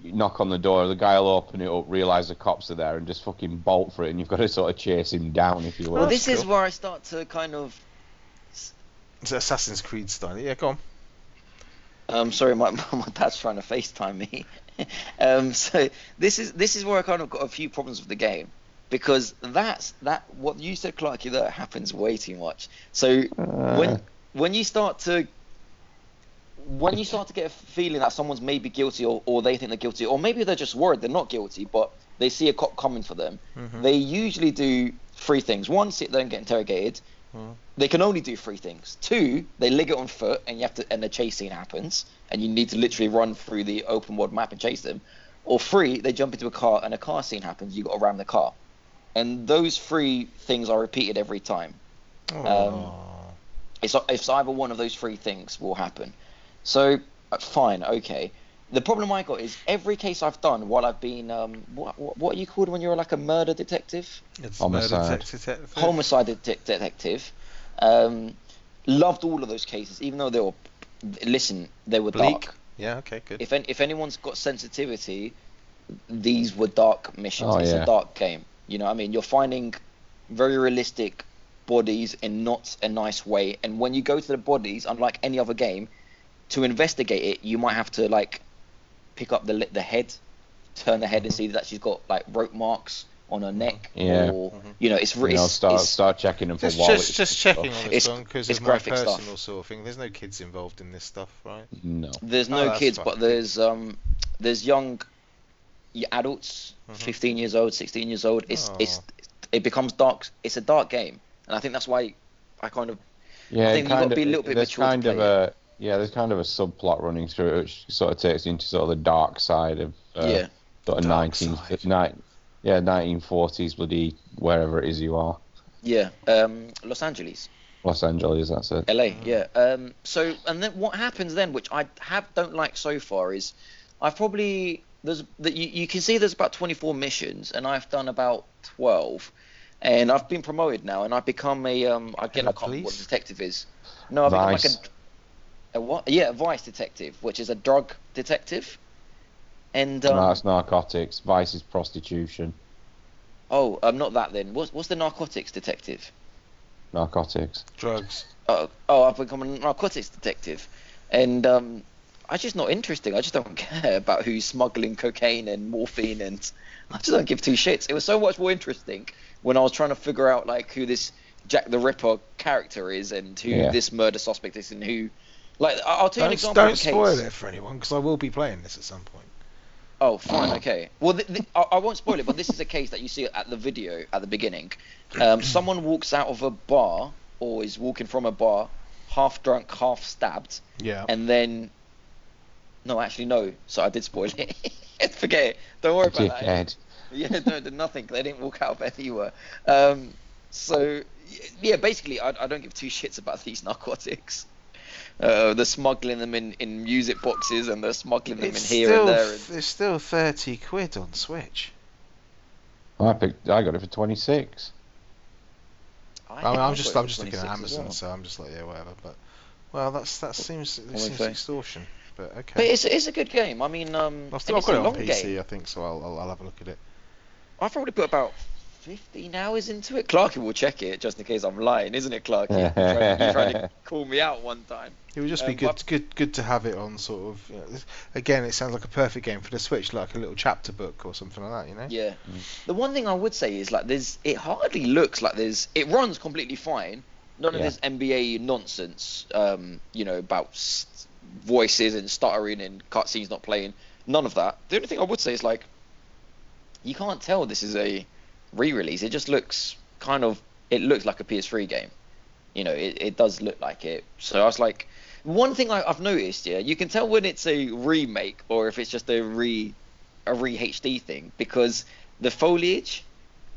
C: you knock on the door, the guy will open it up, realise the cops are there, and just fucking bolt for it, and you've got to sort of chase him down if you will.
D: well,
B: that's
D: this is
B: cool.
D: where I start to kind of.
B: It's Assassin's Creed style. Yeah, go on.
D: Um, sorry, my, my dad's trying to FaceTime me. um, so this is this is where I kind of got a few problems with the game because that's that what you said, Clarky, that happens way too much. So
C: Uh,
D: when when you start to when you start to get a feeling that someone's maybe guilty or, or they think they're guilty or maybe they're just worried they're not guilty but they see a cop coming for them
B: Mhm.
D: they usually do three things one sit there and get interrogated
B: Mhm.
D: they can only do three things two they leg it on foot and you have to and the chase scene happens and you need to literally run through the open world map and chase them or three they jump into a car and a car scene happens you got to ram the car and those three things are repeated every time Um,
B: Aw.
D: it's, it's either one of those three things will happen. So, uh, fine, okay. The problem I got is every case I've done while I've been um, what, what what are you called when you're like a murder detective,
B: it's
C: Homicide.
B: murder detective- detective.
D: homicide det- detective, um, loved all of those cases even though they were listen they were
B: Bleak.
D: dark.
B: Yeah. Okay. Good.
D: If an if anyone's got sensitivity, these were dark missions.
C: Oh,
D: it's
C: yeah.
D: a dark game. You know, what I mean, you're finding very realistic bodies in not a nice way. And when you go to the bodies, unlike any other game, to investigate it, you might have to like pick up the li- the head, turn the head, and see that she's got like rope marks on her neck,
C: Yeah.
D: or you know, it's,
C: you
D: re-
C: know,
D: it's,
C: start
D: it's
C: start checking them for
B: Just,
C: wallets.
B: just, just
C: and
B: checking on
C: stuff.
B: this
D: It's-
B: one because
D: it's
B: it's my
D: graphic
B: personal
D: stuff.
B: sort of thing. There's no kids involved in this stuff, right?
C: No.
D: There's
B: Oh,
D: no
B: that's
D: kids,
B: fine.
D: but there's um, there's young, y- adults, 15 years old, 16 years old. It's it's it becomes dark. It's a dark game, and I think that's why I kind of
C: Yeah,
D: I think
C: kind
D: you've got
C: of,
D: to be a little bit
C: there's
D: mature to
C: kind of
D: play
C: a yeah, there's kind of a subplot running through it, which sort of takes you into sort of the dark side of uh,
D: yeah.
C: sort
B: Dark
C: of nineteen
B: side.
C: ni- yeah nineteen forties bloody wherever it is you are,
D: Yeah, um, Los Angeles,
C: Los Angeles. That's it.
D: LA. Yeah. Um, so, and then what happens then, which I have don't like so far, is I've probably there's that you, you can see there's about 24 missions, and I've done about 12, and I've been promoted now, and I've become a um, I get
B: Hello,
D: I can't remember what a
B: police?
D: detective is. No, I've become like
C: Vice.
D: a, a what? Yeah, a vice detective, which is a drug detective. And um,
C: no, that's narcotics. Vice is prostitution.
D: oh, I'm not that then. What's what's the narcotics detective?
C: Narcotics.
B: Drugs.
D: oh, oh, I've become a narcotics detective, and um, I'm just not interesting. I just don't care about who's smuggling cocaine and morphine, and I just don't give two shits. It was so much more interesting when I was trying to figure out like who this Jack the Ripper character is and who
C: Yeah.
D: this murder suspect is and who Like I- I'll tell you an
B: Don't,
D: example.
B: don't
D: of a case.
B: spoil it for anyone because I will be playing this at some point.
D: Oh, fine, okay. Well, th th I, I won't spoil it, but this is a case that you see at the video at the beginning. Um, someone walks out of a bar or is walking from a bar, half drunk, half stabbed,
B: Yeah.
D: and then. No, actually, no. So I did spoil it. Forget it. Don't worry about that.
C: Dickhead.
D: Yeah, no, did nothing. They didn't walk out of where you were. Um, so, y- yeah, basically, I, I don't give two shits about these narcotics. Uh, they're smuggling them in, in music boxes and they're smuggling them in here and there. And...
B: it's still thirty quid on Switch.
C: I picked. I got it for twenty six.
B: I mean, I'm
D: think
B: just
D: I
B: I'm
D: got it
B: just
D: for
B: looking at
D: 26 as
B: Amazon,
D: well.
B: so I'm just like yeah, whatever. But well, that's that seems it
D: Only
B: seems
D: thing.
B: extortion. But okay.
D: But it's, it's a good game. I mean, um,
B: I've
D: and
B: still
D: it's
B: I've got
D: a
B: it on
D: long
B: PC,
D: game.
B: I think, so I'll, I'll I'll have a look at it.
D: I've probably put about 15 hours into it. Clarky will check it just in case I'm lying, isn't it, Clarky? You're trying, you're trying to call me out one time.
B: It would just be
D: Um,
B: good,
D: what-
B: good, good to have it on sort of. You know, this- again, it sounds like a perfect game for the Switch, like a little chapter book or something like that. You know.
D: Yeah. The one thing I would say is like there's it hardly looks like there's it runs completely fine. None
C: Yeah.
D: of this NBA nonsense, um, you know, about s voices and stuttering and cutscenes not playing. None of that. The only thing I would say is like you can't tell this is a re-release. It just looks kind of it looks like a PS3 game. You know, it, it does look like it. So I was like, one thing I, I've noticed, yeah, you can tell when it's a remake or if it's just a re a re HD thing because the foliage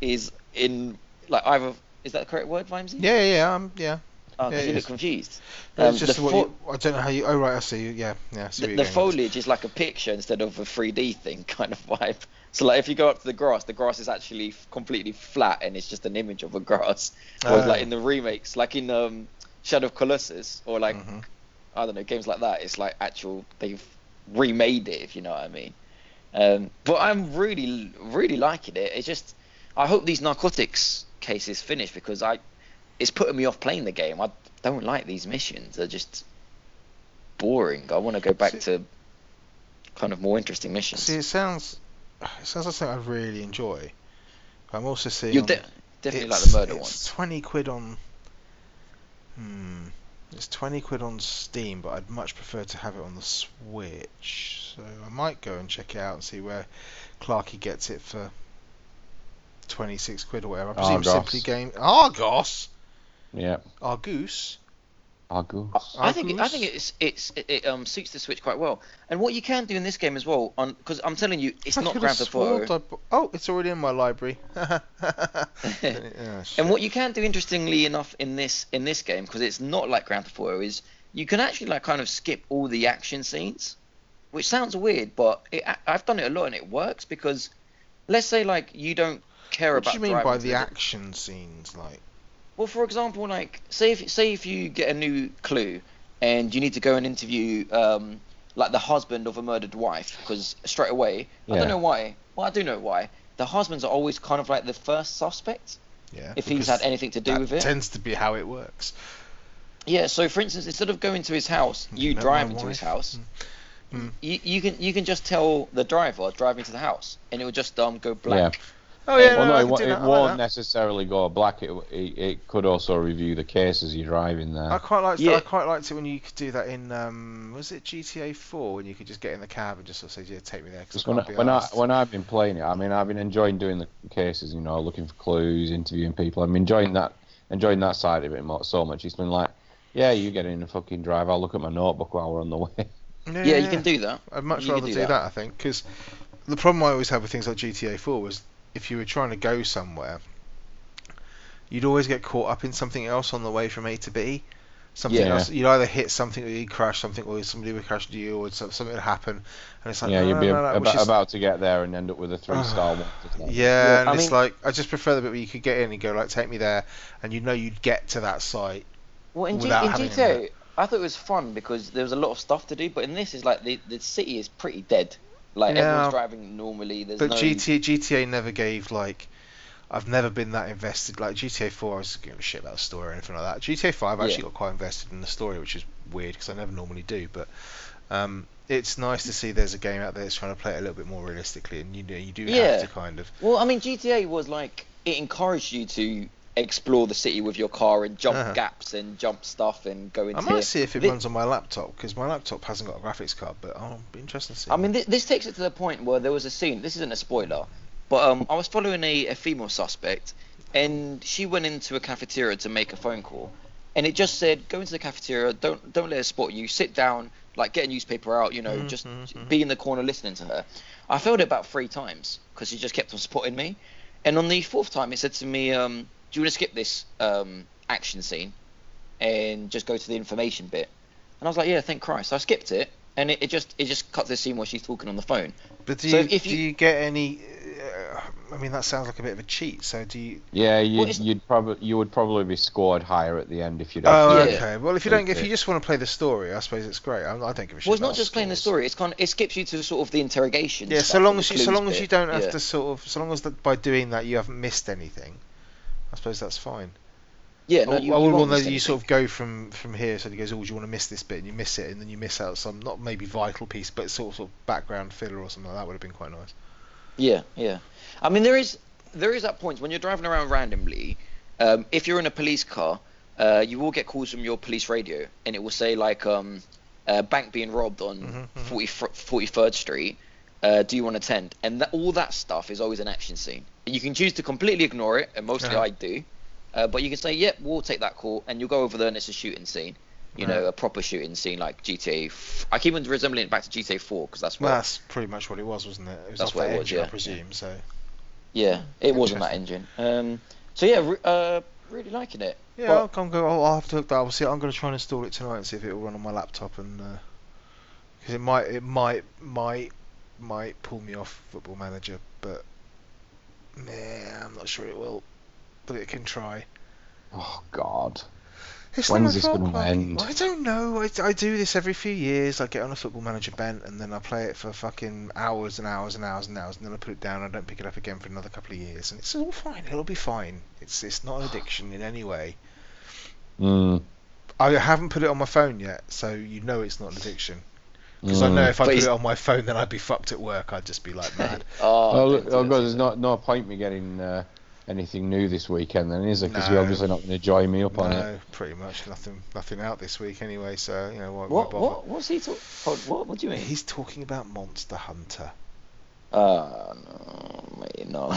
D: is in like either is that the correct word, Vimesy?
B: Yeah, yeah, yeah. Um, yeah.
D: Oh, 'cause
B: yeah, it
D: you
B: is.
D: look confused.
B: No,
D: Um,
B: it's just
D: the
B: what
D: fo-
B: you, I don't know how you. Oh right, I see. Yeah, yeah. I see
D: the,
B: what you're
D: the
B: going with.
D: foliage is like a picture instead of a 3D thing kind of vibe. So like if you go up to the grass, the grass is actually f- completely flat and it's just an image of a grass. Whereas
B: Ah.
D: like in the remakes, like in um, Shadow of Colossus or like
B: Mhm.
D: I don't know games like that, it's like actual they've remade it if you know what I mean. Um, but I'm really really liking it. It's just I hope these narcotics cases finish because I it's putting me off playing the game. I don't like these missions. They're just boring. I want to go back
B: See-
D: to kind of more interesting missions.
B: See, it sounds, it sounds like something I'd really enjoy. I'm also seeing
D: you
B: on-
D: de- definitely like
B: it's-
D: the murder
B: it's
D: ones.
B: Twenty quid on. Hmm. It's twenty quid on Steam, but I'd much prefer to have it on the Switch. So I might go and check it out and see where Clarky gets it for twenty six quid or whatever. I presume
C: Argos.
B: simply game Argos,
C: Yeah.
B: Argus.
C: Argus.
D: I think I
B: Argus?
D: think it's it's it, it um suits the Switch quite well. And what you can do in this game as well, on because I'm telling you, it's
B: I
D: not
B: could've
D: Grand Theft
B: sworn
D: Auto.
B: I bu- oh, it's already in my library. Yeah, shit.
D: And what you can do, interestingly enough, in this in this game, because it's not like Grand Theft Auto, is you can actually like kind of skip all the action scenes, which sounds weird, but it, I- I've done it a lot and it works because, let's say like you don't care
B: What
D: about.
B: do you mean by
D: driving to
B: the
D: the-
B: action scenes? Like,
D: Well, for example, like say if say if you get a new clue and you need to go and interview um, like the husband of a murdered wife because straight away I
C: Yeah.
D: don't know why. Well, I do know why. The husbands are always kind of like the first suspect
B: yeah.
D: if he's
B: because
D: had anything to do
B: that
D: with it.
B: tends to be how it works.
D: Yeah. So for instance, instead of going to his house, you
B: Met Mm, my
D: drive into his
B: wife.
D: house.
B: Mm.
D: You, you can you can just tell the driver driving to the house and it will just um go
C: Yeah.
D: black.
B: Oh yeah,
C: well,
B: no,
C: no,
B: I
C: it,
B: can
C: wa-
B: do
C: it
B: that, I like
C: won't
B: that.
C: necessarily go black. It, w- it it could also review the case as you're driving
D: Oh,
C: there.
B: I quite liked
D: Yeah.
B: I quite liked it when you could do that in um was it GTA 4 when you could just get in the cab and just sort of say yeah take me there because
C: Just
B: I
C: when,
B: can't
C: I,
B: be
C: when I
B: arsed."
C: when I've been playing it, I mean I've been enjoying doing the cases, you know, looking for clues, interviewing people. I'm enjoying that enjoying that side of it mo- so much. It's been like, yeah, you get in the fucking drive. I'll look at my notebook while we're on the way.
D: Yeah, you can do that.
B: I'd much
D: you can
B: rather
D: do
B: do,
D: that.
B: that. I think because the problem I always had with things like GTA 4 was if you were trying to go somewhere you'd always get caught up in something else on the way from A to B something
C: Yeah.
B: else you'd either hit something or you'd crash something or somebody would crash into you or some- something would happen and it's like
C: yeah,
B: no,
C: you'd
B: no,
C: be
B: no, no,
C: ab-
B: which
C: about,
B: is-
C: about to get there and end up with a three star one.
B: Yeah, and
D: I
B: it's
D: mean-
B: like I just prefer the bit where you could get in and go like, take me there, and you know you'd get to that site.
D: Well, in, G-
B: without
D: in
B: having him
D: GTA, I thought it was fun because there was a lot of stuff to do, but in this, is like the, the city is pretty dead. Like
B: Yeah.
D: everyone's driving normally. There's
B: But
D: no.
B: GTA GTA never gave like, I've never been that invested. Like GTA 4, I was giving a shit about the story or anything like that. GTA 5, I actually
D: Yeah.
B: got quite invested in the story, which is weird because I never normally do. But um, it's nice to see there's a game out there that's trying to play it a little bit more realistically, and you know you do
D: Yeah.
B: have to kind of.
D: Well, I mean, GTA was like it encouraged you to explore the city with your car and jump
B: Uh-huh.
D: gaps and jump stuff and go
B: I
D: into.
B: might see if it
D: Thi-
B: runs on my laptop because my laptop hasn't got a graphics card, but I'll be interested to see.
D: I mean, this, this takes it to the point where there was a scene. This isn't a spoiler, but um, I was following a, a female suspect, and she went into a cafeteria to make a phone call, and it just said, "Go into the cafeteria. Don't don't let her spot you. Sit down. Like get a newspaper out. You know,
B: Mhm,
D: just
B: mhm.
D: be in the corner listening to her." I failed it about three times because she just kept on spotting me, and on the fourth time, it said to me, um, "Do you want to skip this um, action scene and just go to the information bit?" And I was like, "Yeah, thank Christ." So I skipped it, and it, it just it just cuts the scene where she's talking on the phone.
B: but do
D: so
B: you,
D: if- if
B: do
D: you-
B: you get any? Uh, I mean, that sounds like a bit of a cheat. So do you?
C: Yeah, you'd,
D: Well, it's-
C: you'd probably you would probably be scored higher at the end if you'd.
B: Oh,
D: Yeah.
C: actually-
B: okay. Well, if you don't, if
C: Okay.
B: you just want to play the story, I suppose it's great. I, I don't give a shit.
D: Well, it's not
B: about
D: just playing the
B: scores.
D: story. It's kind of, it skips you to sort of the interrogation.
B: Yeah,
D: stuff
B: so long
D: and
B: as
D: the
B: you, so
D: clues
B: long as
D: bit.
B: you don't have
D: Yeah.
B: to sort of, so long as that by doing that you haven't missed anything, I suppose that's fine.
D: Yeah,
B: Oh, I
D: no,
B: would-
D: you,
B: I
D: you
B: would
D: won't
B: want
D: miss
B: that you
D: anything.
B: sort of go from from here. So he goes, "Oh, do you want to miss this bit?" And you miss it, and then you miss out some not maybe vital piece, but sort of, sort of background filler or something like that would have been quite nice.
D: Yeah, yeah. I mean, there is there is that point when you're driving around randomly. Um, if you're in a police car, uh, you will get calls from your police radio, and it will say like um, uh, bank being robbed on
B: Mhm, mhm.
D: 40 fr 43rd Street. Uh, do you want to attend? And that, all that stuff is always an action scene. You can choose to completely ignore it, and mostly
B: Uh-huh.
D: I do. Uh, but you can say, "Yep, we'll take that call," and you'll go over there, and it's a shooting scene. You know,
B: Right.
D: a proper shooting scene like GTA. F- I keep on resembling it back to GTA 4 because that's what.
B: Well, that's pretty much what it was, wasn't it? It was
D: That's
B: off
D: what
B: that
D: it was,
B: engine,
D: yeah,
B: I
D: yeah.
B: presume. So
D: Yeah, it was on that engine. Um, so yeah, re- uh, really liking it.
B: yeah,
D: Well-
B: I'll, come go. I'll, I'll have to look that. I'll see. I'm going to try and install it tonight and see if it will run on my laptop, and because it might, it might, might, might pull me off Football Manager, but meh, I'm not sure it will. But it can try.
C: Oh God.
B: It's
C: When's
B: not my
C: this
B: fault,
C: gonna
B: Clarky.
C: end?
B: I don't know. I, I do this every few years. I get on a football manager bent and then I play it for fucking hours and hours and hours and hours and then I put it down and I don't pick it up again for another couple of years and it's all fine. It'll be fine. It's it's not an addiction in any way.
C: Mm,
B: I haven't put it on my phone yet, so you know it's not an addiction. Because I
C: mm.
B: know if I
D: But
B: put
D: it's-
B: it on my phone, then I'd be fucked at work. I'd just be like mad.
D: Oh,
C: Oh,
D: don't
C: look,
D: do
C: oh
D: that.
C: God, there's not no point me getting uh, anything new this weekend then, is there? Because
B: No.
C: you're obviously not going to join me up on it.
B: no, pretty much nothing nothing out this week anyway. So you know why, why
D: What?
B: bother?
D: What? What's he talking? What? What do you mean?
B: He's talking about Monster Hunter.
D: Uh, no, mate, no.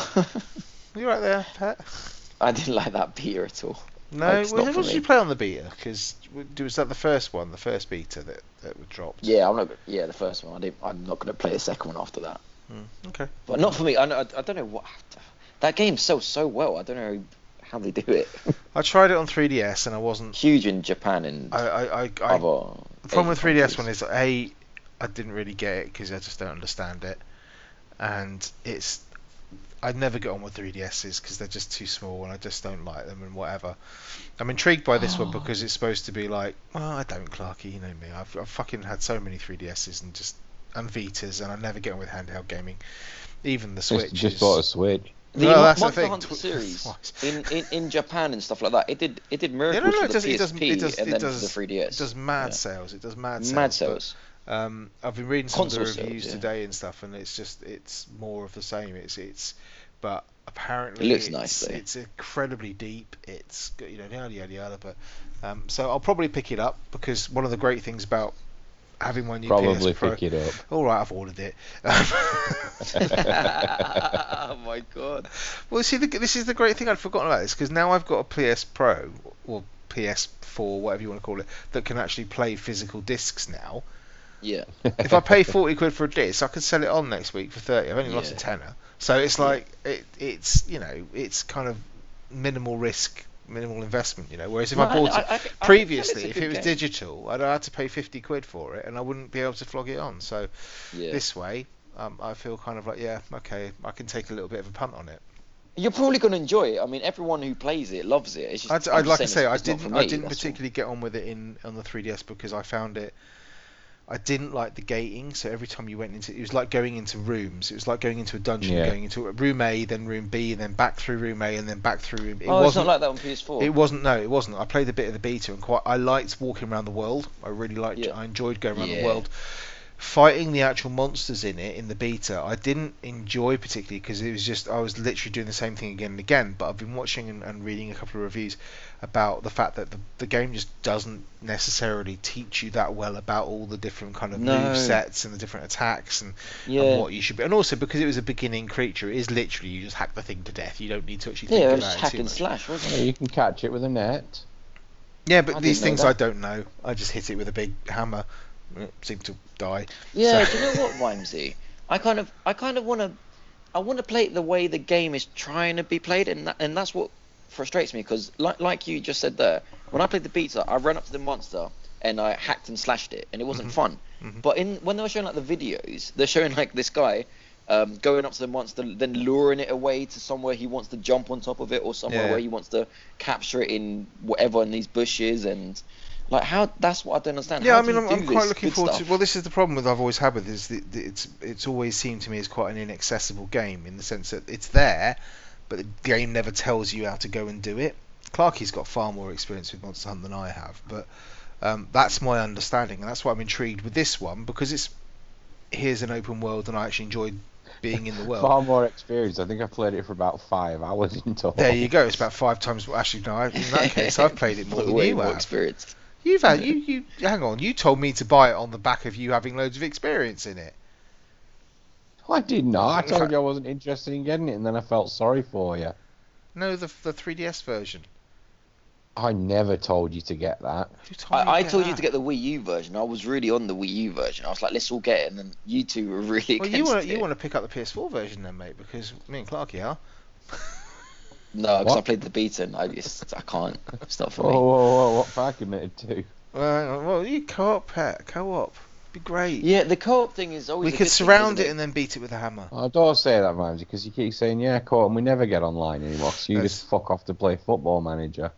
B: You right there, Pet?
D: I didn't like that beer at all.
B: No,
D: Like, it's
B: well,
D: not
B: what
D: for
B: did you
D: me.
B: play on the beta? Because was that the first one, the first beta that that was dropped?
D: Yeah, I'm not. Yeah, the first one. I didn't. I'm not gonna play the second one after that.
B: Hmm, okay.
D: But not for me. I, know- I, I don't know what. That game sells so well. I don't know how they do it.
B: I tried it on 3DS and I wasn't.
D: Huge in Japan and
B: I I I. I
D: other.
B: the problem with
D: Asian
B: 3DS
D: countries.
B: one is a I didn't really get it because I just don't understand it, and it's I never get on with 3DSs because they're just too small and I just don't like them and whatever. I'm intrigued by this
D: Oh.
B: one because it's supposed to be like, well, I don't, Clarky, you know me. I've, I've fucking had so many 3DSs and just and Vitas and I never get on with handheld gaming, even the Switch.
C: Just, just
B: is-
C: bought a Switch.
D: The
B: Well,
D: Mon-
B: that's the
D: Monster
B: thing,
D: Hunter
B: tw-
D: series
B: twice.
D: in, in, in Japan and stuff like that, it did it did miracles
B: no, no,
D: for
B: it
D: the
B: does- it
D: PSP
B: does- it does-
D: and
B: it
D: then
B: does-
D: for the 3DS.
B: It does mad
D: Yeah.
B: sales. It does mad sales.
D: Mad
B: but-
D: sales.
B: Um, I've been reading some of
D: Console
B: the
D: sales,
B: reviews
D: yeah.
B: today and stuff, and it's just it's more of the same. It's it's, but apparently
D: It looks
B: it's,
D: nice, though.
B: It's incredibly deep. It's got, you know yada yada yada. But um, so I'll probably pick it up because one of the great things about having my new
C: Probably
B: PS Pro.
C: pick it up.
B: All right, I've ordered it. Um,
D: oh my god.
B: well, see, the, this is the great thing I'd forgotten about this because now I've got a PS Pro or PS4, whatever you want to call it, that can actually play physical discs now.
D: Yeah.
B: if I pay forty quid for a disc, I could sell it on next week for thirty. I've only lost a
D: Yeah.
B: tenner, so it's like it, it's you know it's kind of minimal risk, minimal investment, you know. Whereas if I
D: No,
B: bought
D: I-
B: it
D: I- I can tell it's
B: previously,
D: a
B: if
D: good
B: it was
D: game.
B: digital, I'd have to pay fifty quid for it, and I wouldn't be able to flog it on. So
D: yeah.
B: this way, um, I feel kind of like yeah, okay, I can take a little bit of a punt on it.
D: You're probably going to enjoy it. I mean, everyone who plays it loves it. It's just,
B: I'd,
D: I'm
B: I'd
D: just
B: like to say
D: saying
B: I
D: it's- it's not
B: didn't
D: for
B: I
D: me,
B: didn't
D: that's all.
B: particularly get on with it in on the 3ds because I found it I didn't like the gating so every time you went into it was like going into rooms it was like going into a dungeon
C: Yeah.
B: going into room A then room B and then back through room A and then back through room it
D: oh, it's
B: wasn't
D: not like that on PS4.
B: it wasn't no it wasn't I played a bit of the beta and quite I liked walking around the world I really liked
D: Yeah.
B: I enjoyed going around the
D: Yeah.
B: world fighting the actual monsters in it in the beta, I didn't enjoy particularly because it was just I was literally doing the same thing again and again. But I've been watching and, and reading a couple of reviews about the fact that the, the game just doesn't necessarily teach you that well about all the different kind of
D: No.
B: move sets and the different attacks and, and
D: Yeah.
B: what you should be. And also because it was a beginning creature, it is literally you just hack the thing to death. You don't need to actually think
D: Yeah, it
B: about
D: was just
B: it
D: hack
B: too
D: and
B: much.
D: slash,
C: Yeah,
D: wasn't it?
C: you can catch it with a net.
B: Yeah, but
D: I
B: these
D: didn't
B: things
D: know
B: I
D: that.
B: don't know. I just hit it with a big hammer. It seemed to die.
D: Yeah,
B: So-
D: do you know what, Rhymesy? I kind of, I kind of want to, I want to play it the way the game is trying to be played, and that, and that's what frustrates me because, like, like you just said there, when I played the beta, I ran up to the monster and I hacked and slashed it, and it wasn't fun.
B: Mhm.
D: But in when they were showing like the videos, they're showing like this guy. Um, going up to the monster, then luring it away to somewhere he wants to jump on top of it, or somewhere
B: Yeah.
D: where he wants to capture it in whatever in these bushes, and like how that's what I don't understand.
B: Yeah,
D: How
B: I
D: do
B: mean,
D: you
B: I'm,
D: do
B: I'm
D: this
B: quite looking
D: good
B: forward
D: stuff?
B: to. Well, this is the problem with I've always had with is that that it's it's always seemed to me as quite an inaccessible game in the sense that it's there, but the game never tells you how to go and do it. Clarky's got far more experience with Monster Hunt than I have, but um, that's my understanding, and that's why I'm intrigued with this one because it's here's an open world, and I actually enjoyed being in the world.
C: Far more experience. I think I played it for about five hours in total.
D: Oh.
B: There you go. It's about five times. Well, actually, no. I- In that case, I've played it more than
D: Way
B: you
D: more
B: have.
D: experienced.
B: You've had you you hang on. You told me to buy it on the back of you having loads of experience in it.
C: I did not. I
B: In
C: told
B: fact-
C: you I wasn't interested in getting it, and then I felt sorry for you.
B: No, the the 3DS version.
C: I never told you to get that.
B: Who told me
D: I, I
B: get
D: told you
B: that?
D: to get the Wii U version. I was really on the Wii U version. I was like, let's all get it, and then you two were really
B: Well, you
D: against
B: want
D: it.
B: you want to pick up the PS4 version then, mate, because me and Clarky are.
D: No, because I
C: What? Oh.
D: played the beta, and I just I can't. It's not for
C: Whoa,
D: me.
C: whoa, whoa! What have I committed to?
B: Well, well, you co-op, pet, co-op, be great.
D: Yeah, the co-op thing is always.
B: we
D: a
B: could
D: good thing,
B: surround
D: isn't
B: it and then beat it with a hammer.
C: I Oh, don't say that, Ramsey, because you keep saying, "Yeah, cool," and we never get online anymore. So you
B: That's-
C: just fuck off to play Football Manager.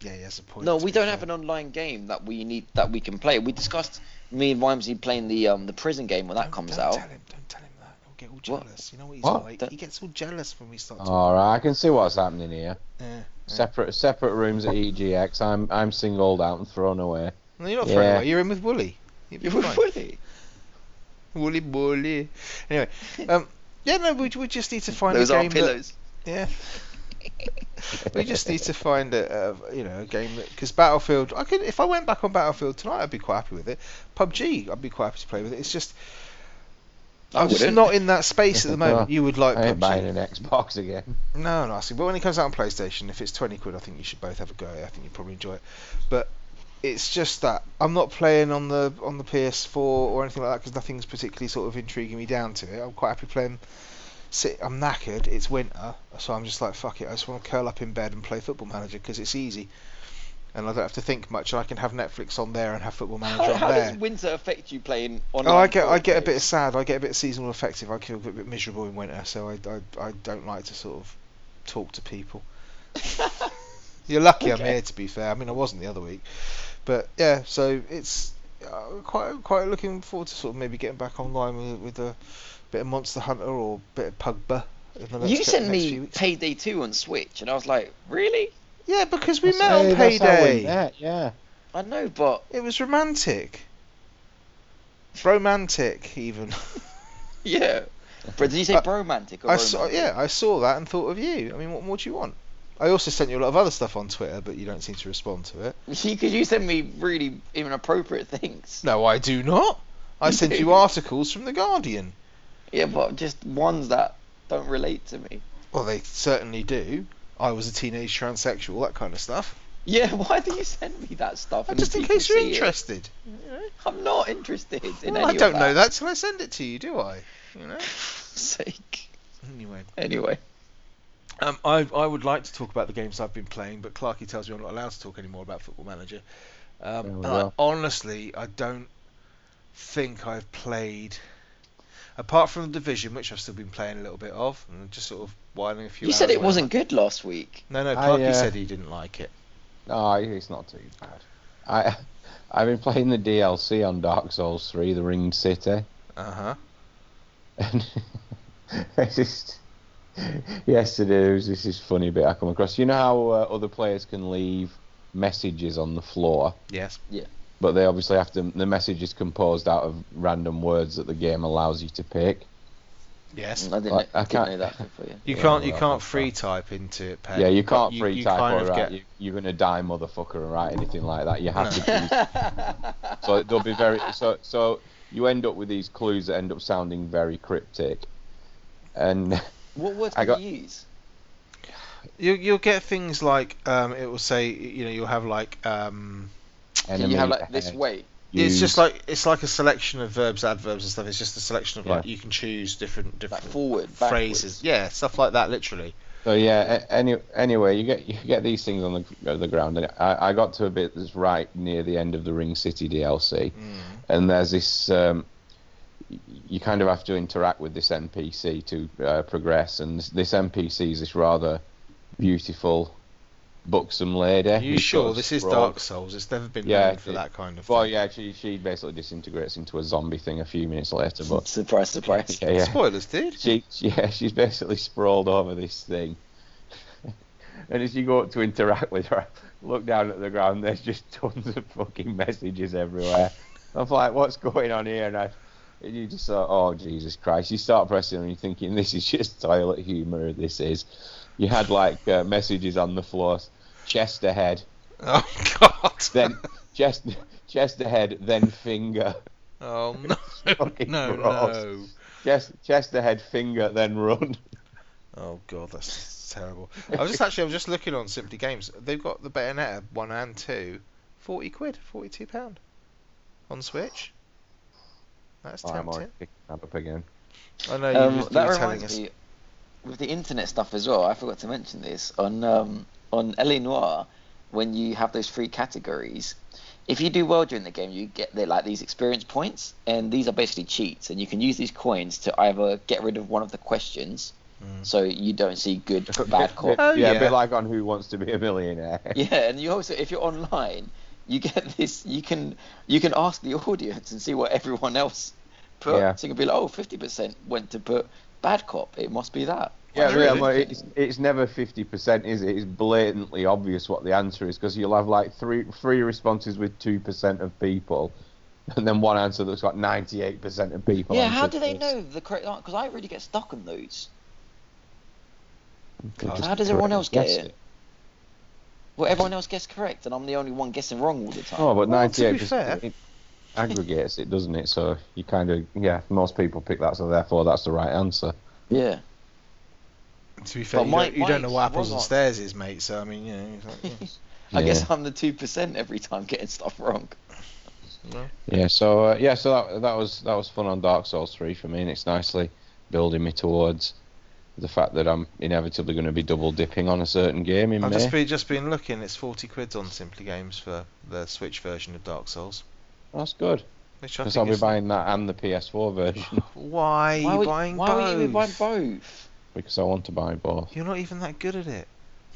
B: Yeah, yeah, that's a point.
D: No,
B: to
D: we
B: be
D: don't
B: fair.
D: have an online game that we need that we can play. We discussed me and Wimsey playing the um the prison game when that
B: Don't-
D: comes
B: don't
D: out.
B: Tell him, don't tell him that. He'll get all
D: What? Oh.
B: jealous. You know what he's
C: What?
B: like.
D: That-
B: He gets all jealous when we start. talking.
C: All right, I can see what's happening here.
B: Yeah,
C: Separate, separate rooms at EGX. I'm, I'm singled out and thrown away.
B: No, you're not throwing
C: Yeah.
B: away. You're in with Wooly. You'll be
D: You were
B: fine.
D: funny.
B: Wooly Bully. Anyway, um, yeah, no, we, we just need to find
D: Those
B: a
D: are
B: game that
D: pillows.
B: Yeah. we just need to find a, a you know a game that because Battlefield I could if I went back on Battlefield tonight I'd be quite happy with it. PUBG I'd be quite happy to play with it. It's just
D: I
B: I'm just
D: wouldn't.
B: not in that space at the moment. You would like
C: I ain't buying
B: PUBG.
C: an Xbox again.
B: No, no, I see. But when it comes out on PlayStation, if it's twenty quid, I think you should both have a go. I think you probably enjoy it. But it's just that I'm not playing on the on the PS4 or anything like that because nothing's particularly sort of intriguing me down to it. I'm quite happy playing. Sit, I'm knackered. It's winter, so I'm just like fuck it. I just want to curl up in bed and play Football Manager because it's easy, and I don't have to think much. And I can have Netflix on there and have Football Manager
D: How,
B: on
D: how
B: there.
D: does winter affect you playing online?
B: Oh, I get I
D: co-op
B: get a bit
D: games?
B: sad. I get a bit seasonal affective. I feel a bit, bit miserable in winter, so I, I I don't like to sort of talk to people. You're lucky I'm
D: Okay.
B: here, to be fair. I mean, I wasn't the other week, but yeah. So it's uh, quite quite looking forward to sort of maybe getting back online with, with a bit of Monster Hunter or a bit of Pugba. in the next
D: You
B: cou-
D: sent
B: next few
D: me
B: weeks.
D: Payday 2 on Switch, and I was like, really?
B: Yeah, because we
C: That's-
B: met on
C: hey, that's how we
B: payday.
C: met, yeah.
D: I know, but
B: It was romantic. Romantic, even.
D: yeah. But did you say
B: I-
D: bromantic? Or
B: Uh, I saw,
D: romantic?
B: yeah, I saw that and thought of you. I mean, what more do you want? I also sent you a lot of other stuff on Twitter, but you don't seem to respond to it.
D: Because you send me really inappropriate things.
B: No, I do not. I
D: You
B: send
D: do.
B: you articles from the Guardian.
D: Yeah, but just ones that don't relate to me.
B: Well, they certainly do. I was a teenage transsexual, that kind of stuff.
D: Yeah, why do you send me that stuff? and
B: Uh, just in
D: people
B: case you're
D: see it?
B: interested.
D: I'm not interested in
B: Well,
D: any
B: I
D: of
B: don't
D: that.
B: know that till I send it to you, do I? You know.
D: Sake.
B: Anyway.
D: Anyway.
B: Um, I, I would like to talk about the games I've been playing, but Clarky tells me I'm not allowed to talk anymore about Football Manager. Um,
C: Oh,
B: and
C: well.
B: I, honestly, I don't think I've played, apart from the Division, which I've still been playing a little bit of, and just sort of whiling a few.
D: You said
B: hours
D: it
B: away.
D: wasn't good last week.
B: No, no,
C: I,
B: Clarky
C: uh,
B: said he didn't like it.
C: No, it's not too bad. I, I've been playing the DLC on Dark Souls 3, The Ringed City,
B: Uh huh.
C: and I just yesterday there was this is funny bit I come across. You know how uh, other players can leave messages on the floor.
B: Yes.
C: but they obviously have to. The message is composed out of random words that the game allows you to pick.
B: Yes.
D: Mm, I didn't,
C: Like, I
D: I
C: can't-
D: didn't know that. Good for you.
B: You
C: Yeah,
B: can't you
C: well,
B: can't
C: that's
B: free
C: fine.
B: type into pet.
C: Yeah, you can't
B: You-
C: free
B: you
C: type
B: kind
C: or
B: of
C: right.
B: get-
C: You, you're gonna die, motherfucker, and write anything like that. You have
B: No.
C: to. Choose. so they'll be very. So so you end up with these clues that end up sounding very cryptic, and
D: What words
C: I
D: did
C: got-
D: you use?
B: You you'll get things like um, it will say you know you'll have like um,
D: Can
C: enemy
D: you have like this
C: ahead,
D: way?
B: it's
C: use-
B: just like it's like a selection of verbs, adverbs, and stuff. It's just a selection of like
C: Yeah.
B: you can choose different different
D: forward,
B: phrases.
D: backwards.
B: Yeah, stuff like that. Literally.
C: So yeah. a- Any, anyway, you get you get these things on the on the ground, and I, I got to a bit that's right near the end of the Ring City DLC, and there's this. Um, y- you kind of have to interact with this NPC to uh, progress, and this, this NPC is this rather beautiful, buxom lady.
B: Are you
C: who's got
B: sure
C: a
B: this is
C: scroll.
B: Dark Souls? It's never been
C: Yeah,
B: known for
C: it-
B: that kind of.
C: Well,
B: thing.
C: yeah, she she basically disintegrates into a zombie thing a few minutes later, but
D: Surprise, surprise.
C: yeah, yeah
B: Spoilers, dude.
C: she, she- yeah, she's basically sprawled over this thing. and as you go up to interact with her, I look down at the ground, there's just tons of fucking messages everywhere. I'm like, what's going on here? And, I, and you just thought, oh, Jesus Christ. You start pressing them and you're thinking, this is just toilet humour, this is. You had like uh, messages on the floor, chest ahead,
B: Oh God.
C: then chest, chest ahead, then finger.
B: Oh no.
C: Fucking
B: no
C: gross.
B: no.
C: Chest, chest ahead, finger, then run.
B: Oh god, that's terrible. I was just actually I was just looking on Simply Games. They've got the Bayonetta one and two, forty quid, forty two pound, on Switch. That's
C: Oh, I'm
B: tempting.
C: already picking that up again.
B: I know you,
D: Um,
B: was- you
D: that
B: were telling us.
D: reminds me, with the internet stuff as well, I forgot to mention this on um, on LA Noir, when you have those three categories. If you do well during the game, you get the, like these experience points, and these are basically cheats, and you can use these coins to either get rid of one of the questions,
B: Mm.
D: so you don't see good, bad, cop.
B: Oh,
C: yeah,
B: yeah.
C: a bit like on Who Wants to Be a Millionaire.
D: Yeah, and you also if you're online, you get this. You can you can ask the audience and see what everyone else put.
C: Yeah.
D: So you can be like, oh, 50% went to put bad cop. It must be that.
C: Yeah,
B: Really?
C: really, well, it's, it's never 50%, is it? It's blatantly obvious what the answer is because you'll have like three three responses with 2% of people and then one answer that's got 98% of people.
D: yeah, how
C: answered
D: do they
C: this.
D: know the correct answer? Because I really get stuck on those.
C: They just
D: How does everyone
C: correctly
D: else get
C: guess
D: it? Well, everyone else gets correct, and I'm the only one guessing wrong all the time.
C: Oh, but
B: Well, to be
C: 98% it aggregates it, doesn't it? So you kind of, yeah, most people pick that, so therefore that's the right answer.
D: Yeah.
B: To be fair,
D: But
B: you,
D: my-
B: don't, you don't know
D: mine's
B: what apples and
D: wrong.
B: stairs is, mate. So I mean, you know, it's like, yeah.
D: I
C: Yeah.
D: guess I'm the two percent every time getting stuff wrong.
C: Yeah, so uh, yeah, so that, that was that was fun on Dark Souls three for me, and it's nicely building me towards the fact that I'm inevitably going to be double dipping on a certain game in
B: I've
C: May.
B: just been just been looking. It's forty quid on Simply Games for the Switch version of Dark Souls.
C: That's good
B: Which I
C: because
B: think
C: I'll be
B: is-
C: buying that and the PS4 version
B: Why,
D: why
B: are you
D: would,
B: buying
D: why
B: both?
D: would you be buying both?
C: because I want to buy both.
B: You're not even that good at it.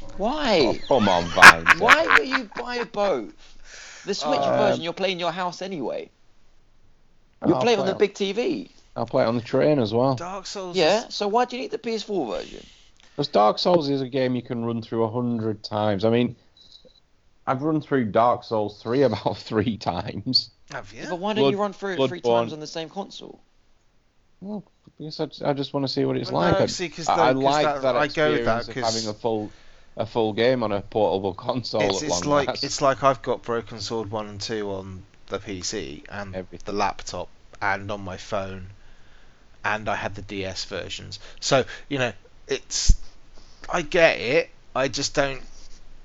C: Oh,
D: Why?
C: come on, Vine.
D: Why will you buy both? The Switch
C: Um,
D: version you'll play in your house anyway.
C: And
D: You'll
C: I'll
D: play it on the big TV.
C: I'll play it on the train as well.
B: Dark Souls.
D: Oh. Yeah,
B: is-
D: so why do you need the PS4 version?
C: Because Dark Souls is a game you can run through a hundred times. I mean, I've run through Dark Souls three about three times.
B: Have you?
D: But why don't
C: Blood-
D: you run through it three
C: Bloodborne.
D: times on the same console?
C: Well, because I just, I just want to see what it's
B: Well,
C: like.
B: no,
C: I,
B: see, 'cause
C: I-
B: that-
C: I
B: 'cause
C: like
B: that-
C: that,
B: I go
C: experience
B: with that
C: of
B: 'cause-
C: having a full a full game on a portable console
B: it's,
C: at
B: it's
C: long
B: like
C: last.
B: it's like I've got Broken Sword one and two on the PC and
C: Everything.
B: the laptop and on my phone, and I had the DS versions. So you know, it's I get it. I just don't.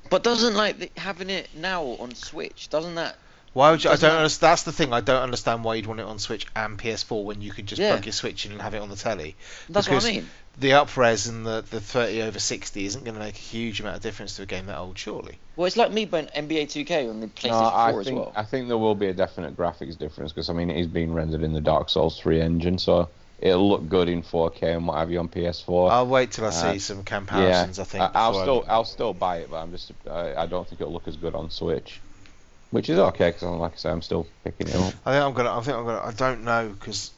D: But doesn't like the, having it now on Switch? Doesn't that?
B: Why would you? I
D: Doesn't
B: don't
D: it-
B: understand. That's the thing. I don't understand why you'd want it on Switch and PS4 when you could just
D: Yeah.
B: plug your Switch in and have it on the telly.
D: That's
B: Because-
D: what I mean.
B: The upres and the the 30 over 60 isn't going to make a huge amount of difference to a game that old, surely.
D: Well, it's like me buying NBA 2K on the PlayStation
C: No, I
D: 4 as
C: think
D: well.
C: I think there will be a definite graphics difference because I mean it is being rendered in the Dark Souls three engine, so it'll look good in 4K and what have you on PS4.
B: I'll wait till I see
C: uh,
B: some comparisons. I think.
C: I'll
B: before I-
C: still I'll still buy it, but I'm just I, I don't think it'll look as good on Switch, which is okay because like I say I'm still picking it up.
B: I think I'm gonna. I think I'm gonna. I don't know because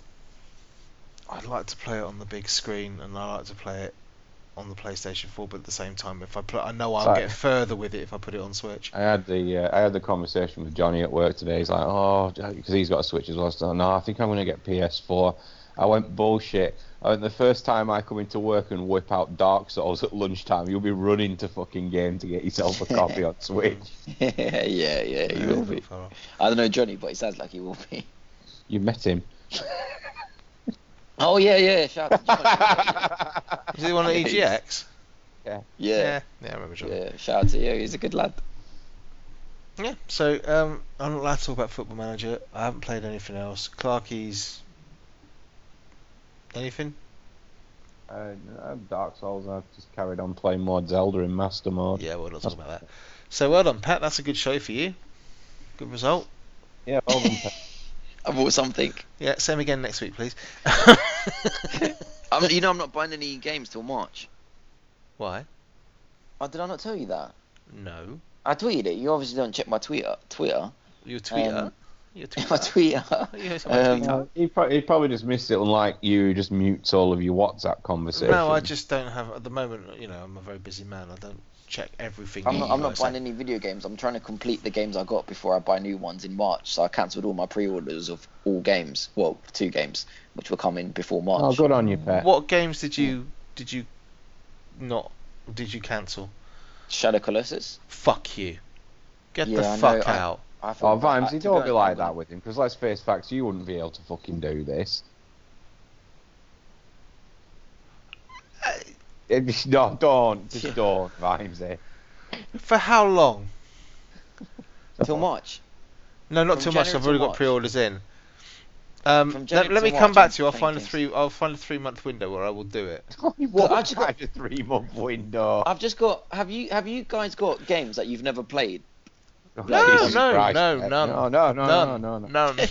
B: I'd like to play it on the big screen and I like to play it on the PlayStation 4, but at the same time, if I pl- I know I'll
C: Sorry.
B: get further with it if I put it on Switch.
C: I had the uh, I had the conversation with Johnny at work today. He's like, oh, because he's got a Switch as well. So no, I think I'm going to get PS4. I went bullshit. I went, the first time I come into work and whip out Dark Souls at lunchtime, you'll be running to fucking game to get yourself a copy on Switch.
D: yeah, yeah, he
B: Yeah,
D: will
B: not
D: be.
B: far off.
D: I don't know Johnny, but he sounds like he will be.
C: You met him.
D: Oh yeah, yeah. Shout out to Johnny.
B: Is it one at EGX?
D: yeah,
B: yeah, yeah I remember.
D: yeah,
B: John. Yeah.
D: Shout out to you. He's a good lad.
B: So um, I'm not allowed to talk about Football Manager. I haven't played anything else. Clarky's anything?
C: Uh, Dark Souls. I've just carried on playing more Zelda in Master Mode.
B: Yeah, we're not talking about that. So well done, Pat. That's a good show for you. Good result.
C: Yeah, well done, Pep.
D: I bought something.
B: Yeah, same again next week, please.
D: I'm, you know, I'm not buying any games till March.
B: Why?
D: Oh, did I not tell you that?
B: No.
D: I tweeted it. You obviously don't check my Twitter. Twitter.
B: Your Twitter.
D: Um,
B: your
D: my
B: Twitter.
D: Twitter.
B: Yeah, it's on my
D: Um,
B: Twitter.
C: he, pro- he probably just missed it, unlike you, who just mutes all of your WhatsApp conversations.
B: No, I just don't have at the moment. You know, I'm a very busy man. I don't check everything.
D: I'm
B: that
D: not,
B: you
D: I'm not
B: guys
D: buying
B: say.
D: any video games. I'm trying to complete the games I got before I buy new ones in March. So I cancelled all my pre-orders of all games. Well, two games, which were coming before March.
C: Oh, good on you, Pet.
B: What games did you did you not did you cancel?
D: Shadow Colossus.
B: Fuck you. Get the
D: Yeah, I know,
B: fuck
D: I-
B: out.
D: I
C: Oh,
D: thought about
C: Vimesy,
D: that, to
C: don't
D: be
C: be
D: honest.
C: like that with him, because let's face facts, you wouldn't be able to fucking do this. Uh, It'd be- No, don't, Eh, just
D: Yeah.
C: don't, eh. Vimesy.
B: For how long?
D: Till March.
B: No, not
D: From
B: too much.
D: January
B: I've already
D: to
B: got
D: March.
B: pre-orders in. Um,
D: From
B: let-
D: January
B: let,
D: to
B: me
D: March,
B: come back
D: I'm
B: to you. I'll find a
D: thinking.
B: three. I'll find a three-month window where I will do it.
C: You won't
D: I've just
C: have a three-month window.
D: I've just got. Have you have you guys got games that you've never played?
C: Oh,
D: No,
C: Jesus
B: no,
C: Christ,
B: no,
C: Pep.
B: none.
C: no, no, no, no,
B: None.
C: no, no.
B: None.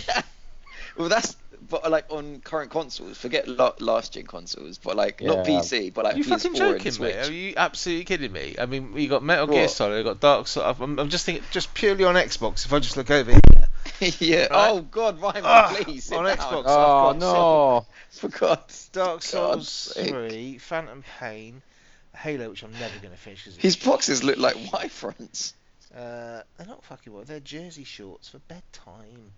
D: Well, that's but like on current consoles. Forget la- last gen consoles, but like not
C: Yeah.
D: PC, but like
B: you
D: PS4
B: fucking joking,
D: and Switch.
B: mate? Are you absolutely kidding me? I mean, you got Metal Gear
D: What?
B: Solid, you got Dark Souls. I'm, I'm just thinking, just purely on Xbox. If I just look over here,
D: yeah.
B: Right.
D: Oh God, Ryan,
B: Ugh,
D: please sit
B: on
D: down.
B: Xbox.
C: Oh,
B: I've got
C: no.
D: For God's
B: Dark
D: God's
B: Souls
D: sake.
B: Three, Phantom Pain, Halo, which I'm never going to finish. 'cause it's
D: His boxes look like Y fronts.
B: Uh, they're not fucking what. They're jersey shorts for bedtime.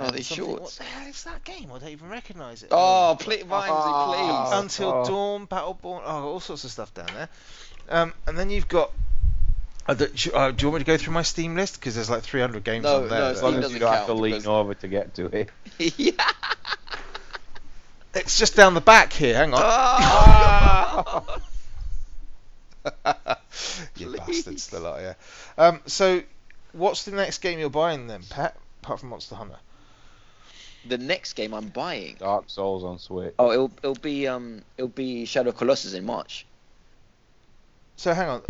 B: Um,
D: Are they
B: something- What
D: shorts?
B: the hell is that game? I don't even recognise it. Um,
D: Oh, please,
B: Ah.
C: Oh.
D: Vimesy, please.
B: Until
C: oh.
B: Dawn, Battleborn, oh, all sorts of stuff down there. Um, and then you've got. I don't- sh- uh, do you want me to go through my Steam list? Because there's like 300 games
D: No,
B: on
D: no,
B: there.
D: it's
C: As
B: that-
C: long
D: Steam
C: as you
D: doesn't
C: don't have to
D: count,
C: lean
D: because-
C: over to get to it.
D: yeah.
B: It's just down the back here. Hang on.
D: Oh.
B: you
D: Please.
B: bastards, the lot, yeah. Um, so, what's the next game you're buying then, Pat? Apart from Monster Hunter.
D: the next game I'm buying.
C: Dark Souls on Switch.
D: Oh, it'll it'll be um it'll be Shadow Colossus in March.
B: So, hang on.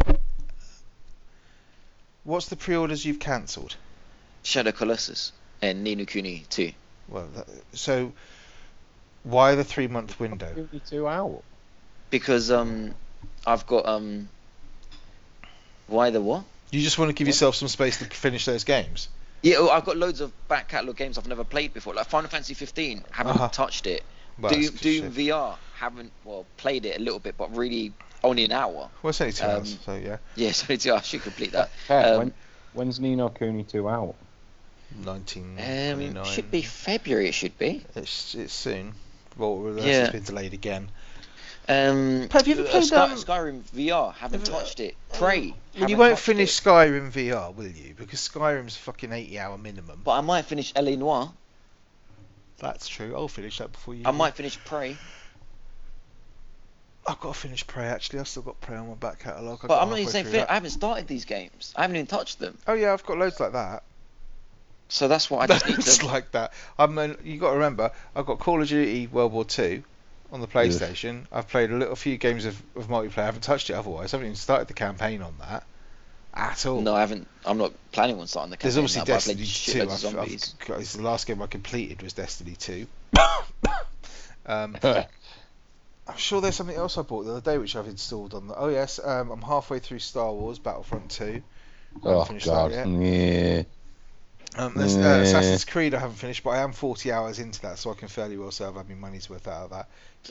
B: What's the pre-orders you've cancelled?
D: Shadow Colossus and Ni no Kuni 2.
B: Well, that, so why the three-month window?
C: Duty 2 out.
D: because um I've got um why the what?
B: You just want to give yourself some space to finish those games.
D: Yeah, oh, I've got loads of back catalog games I've never played before, like Final Fantasy 15. Haven't
B: Uh-huh.
D: touched it.
B: Well,
D: Doom,
B: that's
D: Doom
B: shit.
D: VR. Haven't well played it a little bit, but really only an hour.
B: Well, it's only two
D: um,
B: hours, so yeah,
D: Yeah, so it's, I should complete that.
C: Pep,
D: Um,
C: when, when's Nino Cooney 2 out?
B: nineteen
D: Um,
B: twenty-nine.
D: should be February. It should be.
B: It's it's soon. Well, unless
D: Yeah.
B: it's been delayed again.
D: Um,
B: Have you ever
D: uh,
B: played,
D: Sky,
B: um,
D: Skyrim VR? Haven't
B: have you-
D: touched it.
B: Well,
D: Prey.
B: you
D: haven't
B: won't
D: touched
B: finish
D: it.
B: Skyrim VR, will you? Because Skyrim's fucking eighty-hour minimum.
D: But I might finish LA Noir.
B: That's true. I'll finish that before you.
D: I
B: do.
D: might finish Prey.
B: I've got to finish Prey actually. I've still got Prey on my back catalogue. I
D: But
B: got
D: I'm not even
B: halfway
D: saying
B: through
D: fin-
B: that.
D: I haven't started these games. I haven't even touched them.
B: Oh yeah, I've got loads like that.
D: So that's what I just need
B: it's
D: to.
B: like that. I mean, you got to remember, I've got Call of Duty World War Two on the PlayStation. I've played a little few games of, of multiplayer. I haven't touched it otherwise. I haven't even started the campaign on that at all.
D: No, I haven't. I'm not planning on starting the campaign.
B: There's obviously
D: now, but I've played
B: Destiny
D: shitloads
B: Two.
D: of
B: I've, I've,
D: zombies.
B: got- it's the last game I completed was Destiny Two. um, I'm sure there's something else I bought the other day which I've installed on the. Oh yes, um, I'm halfway through Star Wars Battlefront Two.
C: oh,
B: finished that
C: God.
B: yet.
C: Yeah.
B: Um, there's,
C: Yeah.
B: uh, Assassin's Creed I haven't finished, but I am 40 hours into that, so I can fairly well say I've had my money's worth out of that.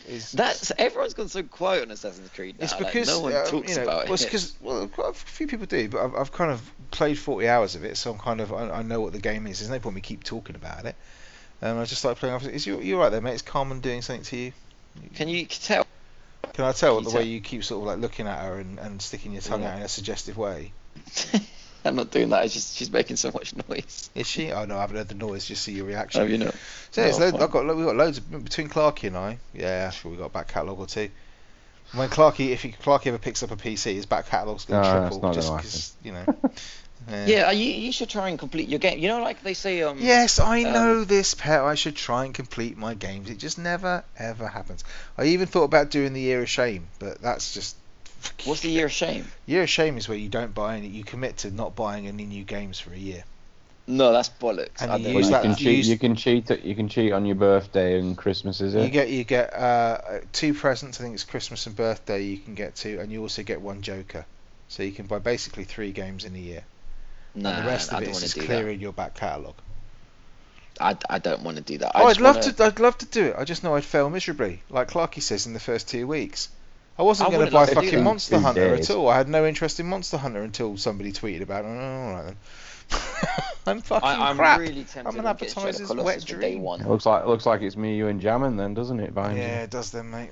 B: It's,
D: That's everyone's gone so quiet on Assassin's Creed now.
B: it's
D: like,
B: because
D: no one
B: um,
D: talks
B: you know,
D: about
B: well, it's
D: it.
B: 'cause- well, quite a few people do, but I've, I've kind of played 40 hours of it, so I'm kind of I, I know what the game is. There's no point me keep talking about it. Um, I just like playing. off- Is you you right there, mate? Is Carmen doing something to you?
D: Can you tell?
B: Can I tell the
D: Peter.
B: way you keep sort of like looking at her and, and sticking your tongue
D: Yeah.
B: out in a suggestive way?
D: I'm not doing that. It's just she's making so much noise.
B: Is she? Oh no, I haven't heard the noise. Just see your reaction.
D: Oh, you know.
B: So yeah, it's
D: Oh,
B: load,
D: fine.
B: I've got lo- we've got loads of, between Clarky and I. Yeah, sure, we got a back catalogue or two. When Clarky, if he, Clarky ever picks up a PC, his back catalogue's going to
C: No, that's
B: triple
C: not
B: just
C: gonna
B: because you know. yeah.
D: Yeah, you, you should try and complete your game. You know, like they say. Um,
B: Yes, I
D: Um,
B: know this pet. I should try and complete my games. It just never ever happens. I even thought about doing the year of shame, but that's just.
D: What's the year of shame?
B: Year of shame is where you don't buy any. You commit to not buying any new games for a year.
D: No, that's bollocks.
B: And
D: I
B: you
D: don't
C: Well,
B: use that-
C: you
D: like
C: can
D: that.
C: cheat.
B: use-
C: You can cheat. You can cheat on your birthday and Christmas, is it?
B: You get you get uh, two presents. I think it's Christmas and birthday. You can get two, and you also get one Joker. So you can buy basically three games in a year.
D: Nah,
B: and the rest
D: I
B: of it
D: don't
B: is
D: want
B: just
D: to do
B: clearing your back catalogue.
D: that. I, I don't want to do that. I
B: Oh, I'd
D: just
B: love
D: wanna-
B: to. I'd love to do it. I just know I'd fail miserably, like Clarky says in the first two weeks. I wasn't
D: I
B: going to
D: wouldn't
B: buy
D: like to do
B: fucking
D: that.
B: Monster
C: Who
B: Hunter
C: dares?
B: at all. I had no interest in Monster Hunter until somebody tweeted about it. and, Oh, all right then. I'm fucking
D: I, I'm
B: crap.
D: really tempted.
B: I'm an
D: to get Shadow
B: advertiser's
D: Colossus
B: wet
D: for Day
B: dream.
D: one.
C: It looks like it looks like it's me, you, and Jammin then, doesn't it? Behind
B: yeah, it does then, mate.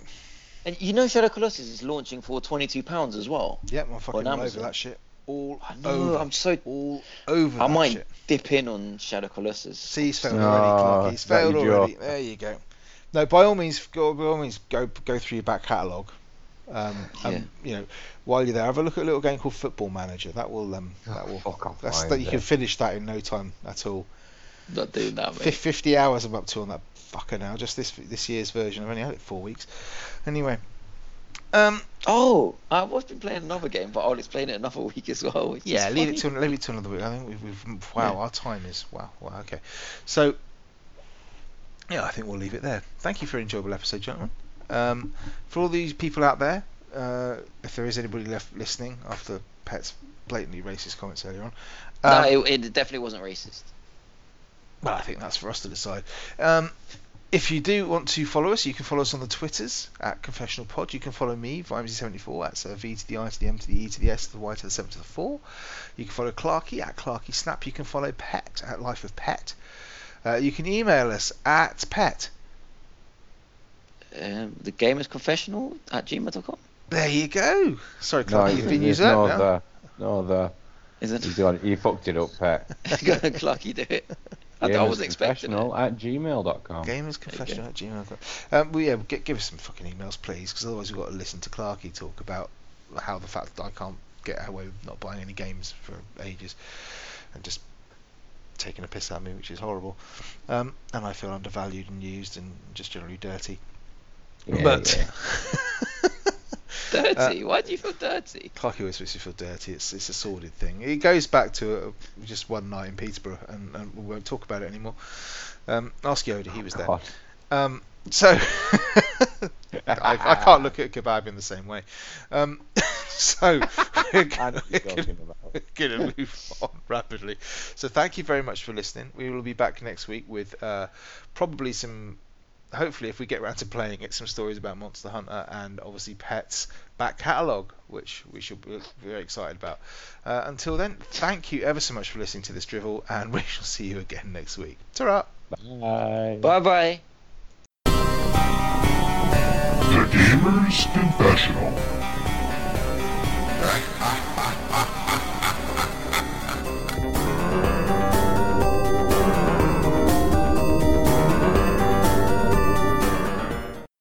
D: And you know, Shadow Colossus is launching for 22 pounds as well.
B: Yep, I'm fucking all over
D: Amazon.
B: that shit. All
D: I know.
B: over.
D: I'm so.
B: all over
D: I
B: that
D: might
B: shit.
D: dip in on Shadow Colossus.
B: See, he's failed
C: Oh,
B: already. Clark. He's
C: is that
B: failed
C: your jaw?
B: already. There you go. No, by all means, go. By all means, go go through your back catalogue. Um,
D: Yeah.
B: and, you know, while you're there, have a look at a little game called Football Manager. That will um, that will.
C: fuck off,
B: that's
C: mine,
B: that you can
C: yeah.
B: finish that in no time at all.
D: Not doing that,
B: Fif
D: mate.
B: Fifty hours I'm up to on that fucker now. Just this this year's version. I've only had it four weeks. Anyway, um,
D: Oh, I've also been playing another game, but I'll explain it another week as well. which
B: yeah,
D: is
B: leave it
D: funny.
B: to leave it to another week. I think we've, we've wow,
D: Yeah.
B: our time is wow, wow, okay. So yeah, I think we'll leave it there. Thank you for an enjoyable episode, gentlemen. Um, for all these people out there, uh, if there is anybody left listening after Pet's blatantly racist comments earlier on, um,
D: no, it, it definitely wasn't racist.
B: well, I think that's for us to decide. Um, if you do want to follow us, you can follow us on the Twitters at Confessional Pod. You can follow me, Vimesy74, that's uh, V to the I to the M to the E to the S to the Y to the 7 to the 4. You can follow Clarky at Clarky Snap. You can follow Pet at Life of Pet. Uh, you can email us at pet.
D: Um, the game is confessional at gmail.com.
B: There you go. Sorry,
C: No,
B: Clarky, you've been
C: there's
B: used up
C: no
B: now.
C: other. No other.
D: Isn't
C: You,
D: it?
C: done- you fucked it up, pet.
D: Clarky do it. I, I wasn't expecting it.
C: Professional at gmail.com.
B: Gamers Confession at gmail.com. Um, well, yeah, g- give us some fucking emails, please, because otherwise we've got to listen to Clarky talk about how the fact that I can't get away with not buying any games for ages and just taking a piss at me, which is horrible. Um, and I feel undervalued and used and just generally dirty.
C: Yeah,
B: but
C: yeah.
D: Dirty? Why do you feel dirty?
B: Clarky always makes me feel dirty. It's it's a sordid thing. It goes back to uh, just one night in Peterborough, and, and we won't talk about it anymore. Um, ask Yoda, he was there.
C: God.
B: Um, so I, I can't look at kebab in the same way. Um, so we're
C: I know
B: gonna,
C: what you're talking about.
B: we're gonna move on rapidly. So thank you very much for listening. We will be back next week with uh, probably some. Hopefully, if we get around to playing it, some stories about Monster Hunter and obviously Pets back catalogue, which we should be very excited about. Uh, until then, thank you ever so much for listening to this drivel, and we shall see you again next week. Ta-ra!
C: Bye.
D: Bye bye.
A: The Gamer's Confessional.